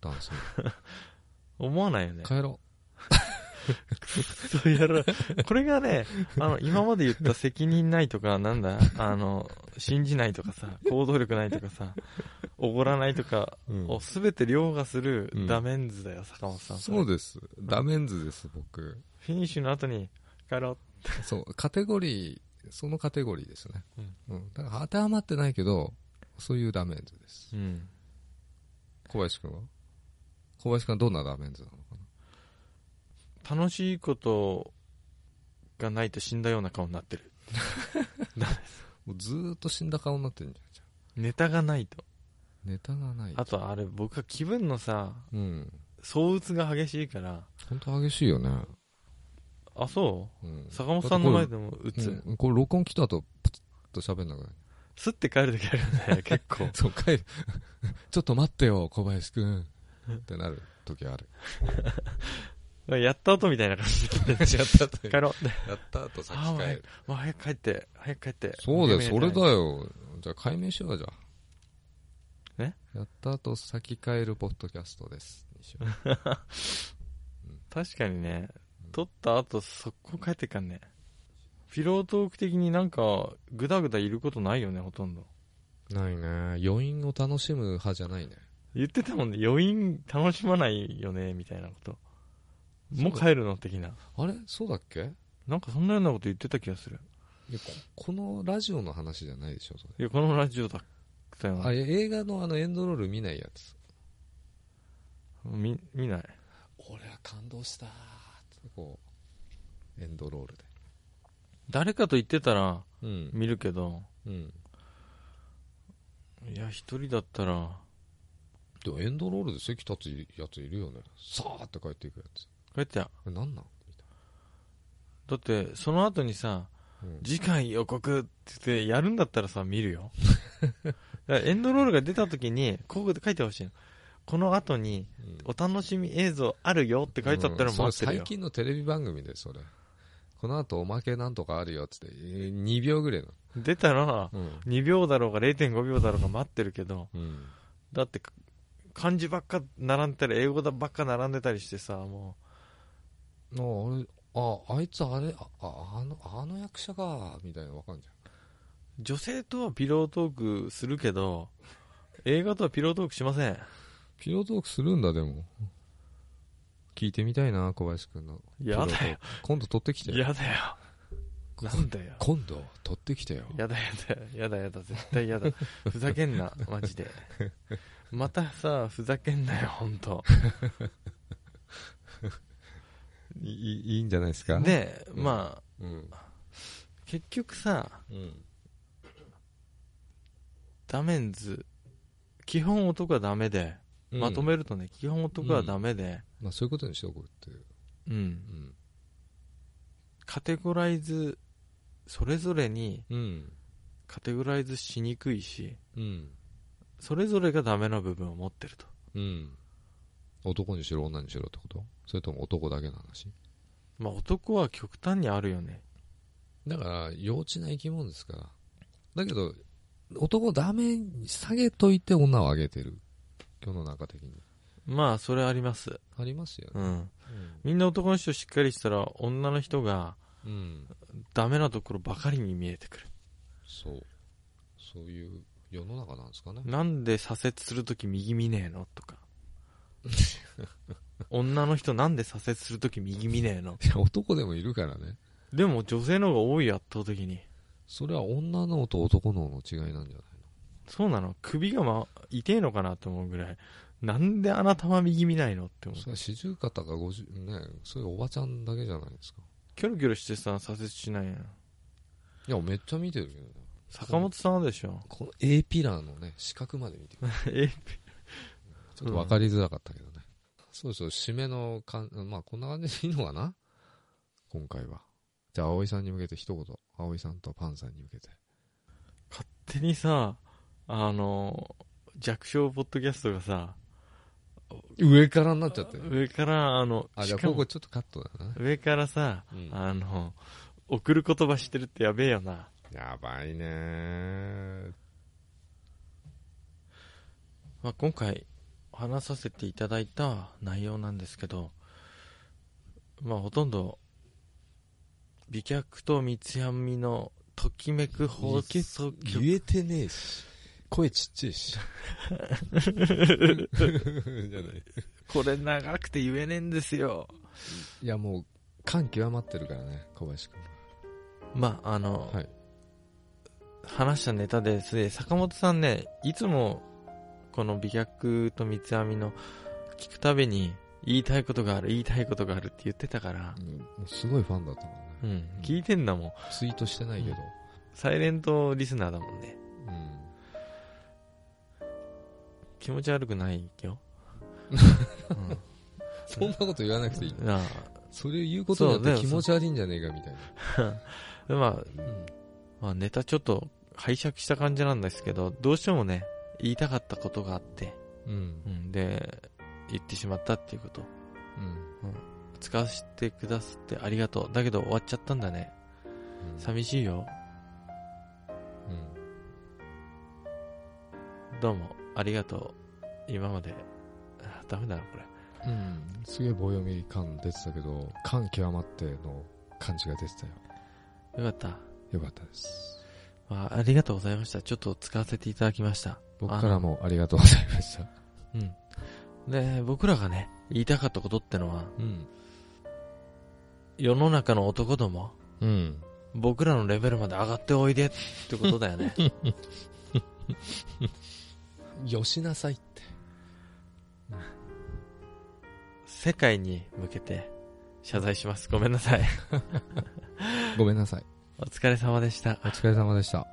A: 男性
B: 思わないよね。
A: 帰ろ
B: そうやら、 [LAUGHS] これがね、あの、今まで言った責任ないとか、なんだ、あの、信じないとかさ、行動力ないとかさ、おごらないとか
A: う、うん
B: をすべて凌駕する
A: うん
B: ダメンズだよ、坂本さん。
A: そうですダメンズです僕
B: フィニッシュの後に、帰ろう。
A: そう、カテゴリー、そのカテゴリーですね。
B: うん
A: うん。だから当てはまってないけど、そういうダメンズです。
B: うん。
A: 小林くんは小林くんはどんなダメンズなのか
B: 楽しいことがないと死んだような顔になってる。
A: なもうずーっと死んだ顔になってるんじゃんじゃ
B: ネタがないと。
A: ん。ネタがない。
B: あと、あれ、僕は気分のさ、
A: うん。
B: 相打つが激しいから、
A: 本当激しいよね。
B: あ、そ
A: うん
B: う。坂本さんの前
A: だ
B: でも打
A: ってこれ
B: つ。
A: うんこれ録音来た後、プツッと喋んなくなる。
B: すって帰るときあるよ
A: [LAUGHS]
B: ね、結構。
A: そう、帰る。 [LAUGHS] ちょっと待ってよ、小林くん。ってなる時ある。
B: [LAUGHS] やった後みたいな感じ
A: [LAUGHS]
B: で。
A: やった後
B: 帰ろう。
A: やった後
B: 先帰る。もう早く帰って、早く帰って。
A: そうだよ、それだ
B: よ。
A: よ。じゃあ解明しようじゃあ
B: え
A: やった後先帰るポッドキャストです。にしよう
B: 確かにね、撮った後、速攻帰ってっかんね。フィロートーク的になんか、ぐだぐだいることないよね、ほとんど。
A: ないね。余韻を楽しむ派じゃないね。
B: 言ってたもんね、余韻楽しまないよね、みたいなこと。もう帰るの的な。
A: あれそうだっけ
B: なんかそんなようなこと言ってた気がする。
A: いやここのラジオの話じゃないでしょ、それ。
B: いや、このラジオだったよ
A: あ、。
B: ない
A: や映画のあのエンドロール見ないやつ。
B: 見、見ない。
A: 俺は感動したーってこう、エンドロールで。
B: 誰かと言ってたら、
A: うん。
B: 見るけど、
A: うん。
B: いや、一人だったら、
A: でもエンドロールで席立つやついるよね。さーって帰っていくやつ。
B: 帰ってや。
A: え、なんなんみたい
B: だって、その後にさ、
A: な。うん
B: 次回予告って言ってやるんだったらさ見
A: [LAUGHS]
B: るよだからエンドロールが出た時にここで書いてほしいのこの後に
A: うん
B: お楽しみ映像あるよって書いちゃったら
A: うん
B: 待ってる
A: それ
B: よ
A: 最、近のテレビ番組でそれこの後おまけなんとかあるよっつってえー2秒ぐらいの
B: 出たら
A: うん、
B: 2秒だろうが0.5秒だろうが待ってるけど
A: うん、
B: だってか漢字ばっか並んでたり英語だばっか並んでたりしてさも
A: ああれああいつあれあああのあの役者かみたいなのわかんじ
B: う女性とはピロートークするけど映画とはピロートークしませ
A: ゃ
B: ん
A: んピロートークするんだでも聞いてみたいな小林くんの
B: やだ
A: ピロ
B: よ
A: ートーク今度撮ってきてよ
B: やだよなんだよ
A: 今度撮ってきてよ
B: やだやだ、やだやだ、絶対やだ。ふざけんな、マジで。またさ、ふざけんなよ、ほんと。
A: いいいいんじゃないですか
B: で、
A: うん
B: まあ、
A: うん
B: 結局さ、
A: うん
B: ダメンズ、基本男はダメで、
A: うん
B: まとめるとね、基本男はダメで、
A: まあそういうことにしておこうっていう。
B: うん
A: う。ん。
B: カテゴライズ、それぞれに
A: うん。
B: カテゴライズしにくいし、
A: うん。
B: それぞれがダメな部分を持ってると。
A: うん。男にしろ女にしろってことそれとも男だけの話
B: まあ男は極端にあるよね。
A: だから、幼稚な生き物ですから。だけど、男をダメに下げといて女を上げてる。世の中的に。
B: まあそれあります。
A: ありますよね。
B: うん。みんな男の人しっかりしたら女の人が
A: うん。
B: ダメなところばかりに見えてくる。
A: そう。そういう世の中なんですかね。
B: なんで左折するとき右見ねえのとか。女の人なんで左折するとき右見ねえの
A: いや男でもいるからね。
B: でも女性の方が多い圧倒的に。
A: それは女のと男のの違いなんじゃない
B: そうなの首が、ま、痛えのかなと思うぐらい。なんであなたは右見ないのって思う
A: そ。れは四十肩か五十、ね、そういうおばちゃんだけじゃないですか。
B: キョロキョロしてさ、左折しないやん。
A: いや、めっちゃ見てるけどね。
B: 坂本さんはでしょ。
A: この A ピラーのね、四角まで見てる。 [LAUGHS]
B: え、
A: ちょっとわかりづらかったけどね。そうそう、締めのかん、まあこんな感じでいいのかな今回は。じゃあ、葵さんに向けて一言。葵さんとパンさんに向けて。
B: 勝手にさ、あの、弱小ポッドキャストがさ、
A: 上からになっちゃってる。
B: 上から、あの、
A: あ、じ
B: し
A: ゃあ
B: か
A: こ
B: も
A: こちょっとカットだな。
B: 上からさ、
A: うん
B: あの、送る言葉してるってやべえよな。
A: やばいねー
B: まあ、今回話させていただいた内容なんですけど、まあ、ほとんど美脚と三つ編みのときめく放送局
A: 言えてねえし。声ちっちゃい [LAUGHS] し。じゃない。
B: これ長くて言えねえんですよ
A: いやもう、感極まってるからね、小林君
B: まああの、
A: はい
B: 話したネタですで坂本さんねいつもこの美脚と三つ編みの聞くたびに言いたいことがある言いたいことがあるって言ってたから
A: うんもうすごいファンだったもんね。
B: うん聞いてんだもん
A: ツイートしてないけど。
B: サイレントリスナーだもんね
A: うん。
B: 気持ち悪くないよ、う
A: そんなこと言わなくていい。
B: ん、な
A: それを言うことによっ
B: そう
A: て
B: ね
A: 気持ち悪いんじゃねえかみたいな。
B: あまあ、
A: うん
B: まあネタちょっと拝借した感じなんですけどどうしてもね言いたかったことがあって、
A: うん
B: う。ん、で言ってしまったっていうこと
A: うん。
B: 使わせてくださってありがとうだけど終わっちゃったんだね寂しいよ
A: うん
B: どうもありがとう今まであダメだなこ
A: う
B: れ
A: ん。すげえ棒読み感出てたけど、感極まっての感じが出てたよ。
B: よかった、
A: よかったです。
B: まあ、ありがとうございましたちょっと使わせていただきました
A: 僕からもありがとうございました。
B: うんで僕らがね言いたかったことってのは
A: うん。
B: 世の中の男ども
A: うん。
B: 僕らのレベルまで上がっておいでってことだよね
A: よしなさいって。
B: 世界に向けて謝罪しますごめんなさい
A: ごめんなさい。
B: お疲れ様でした
A: お疲れ様でした。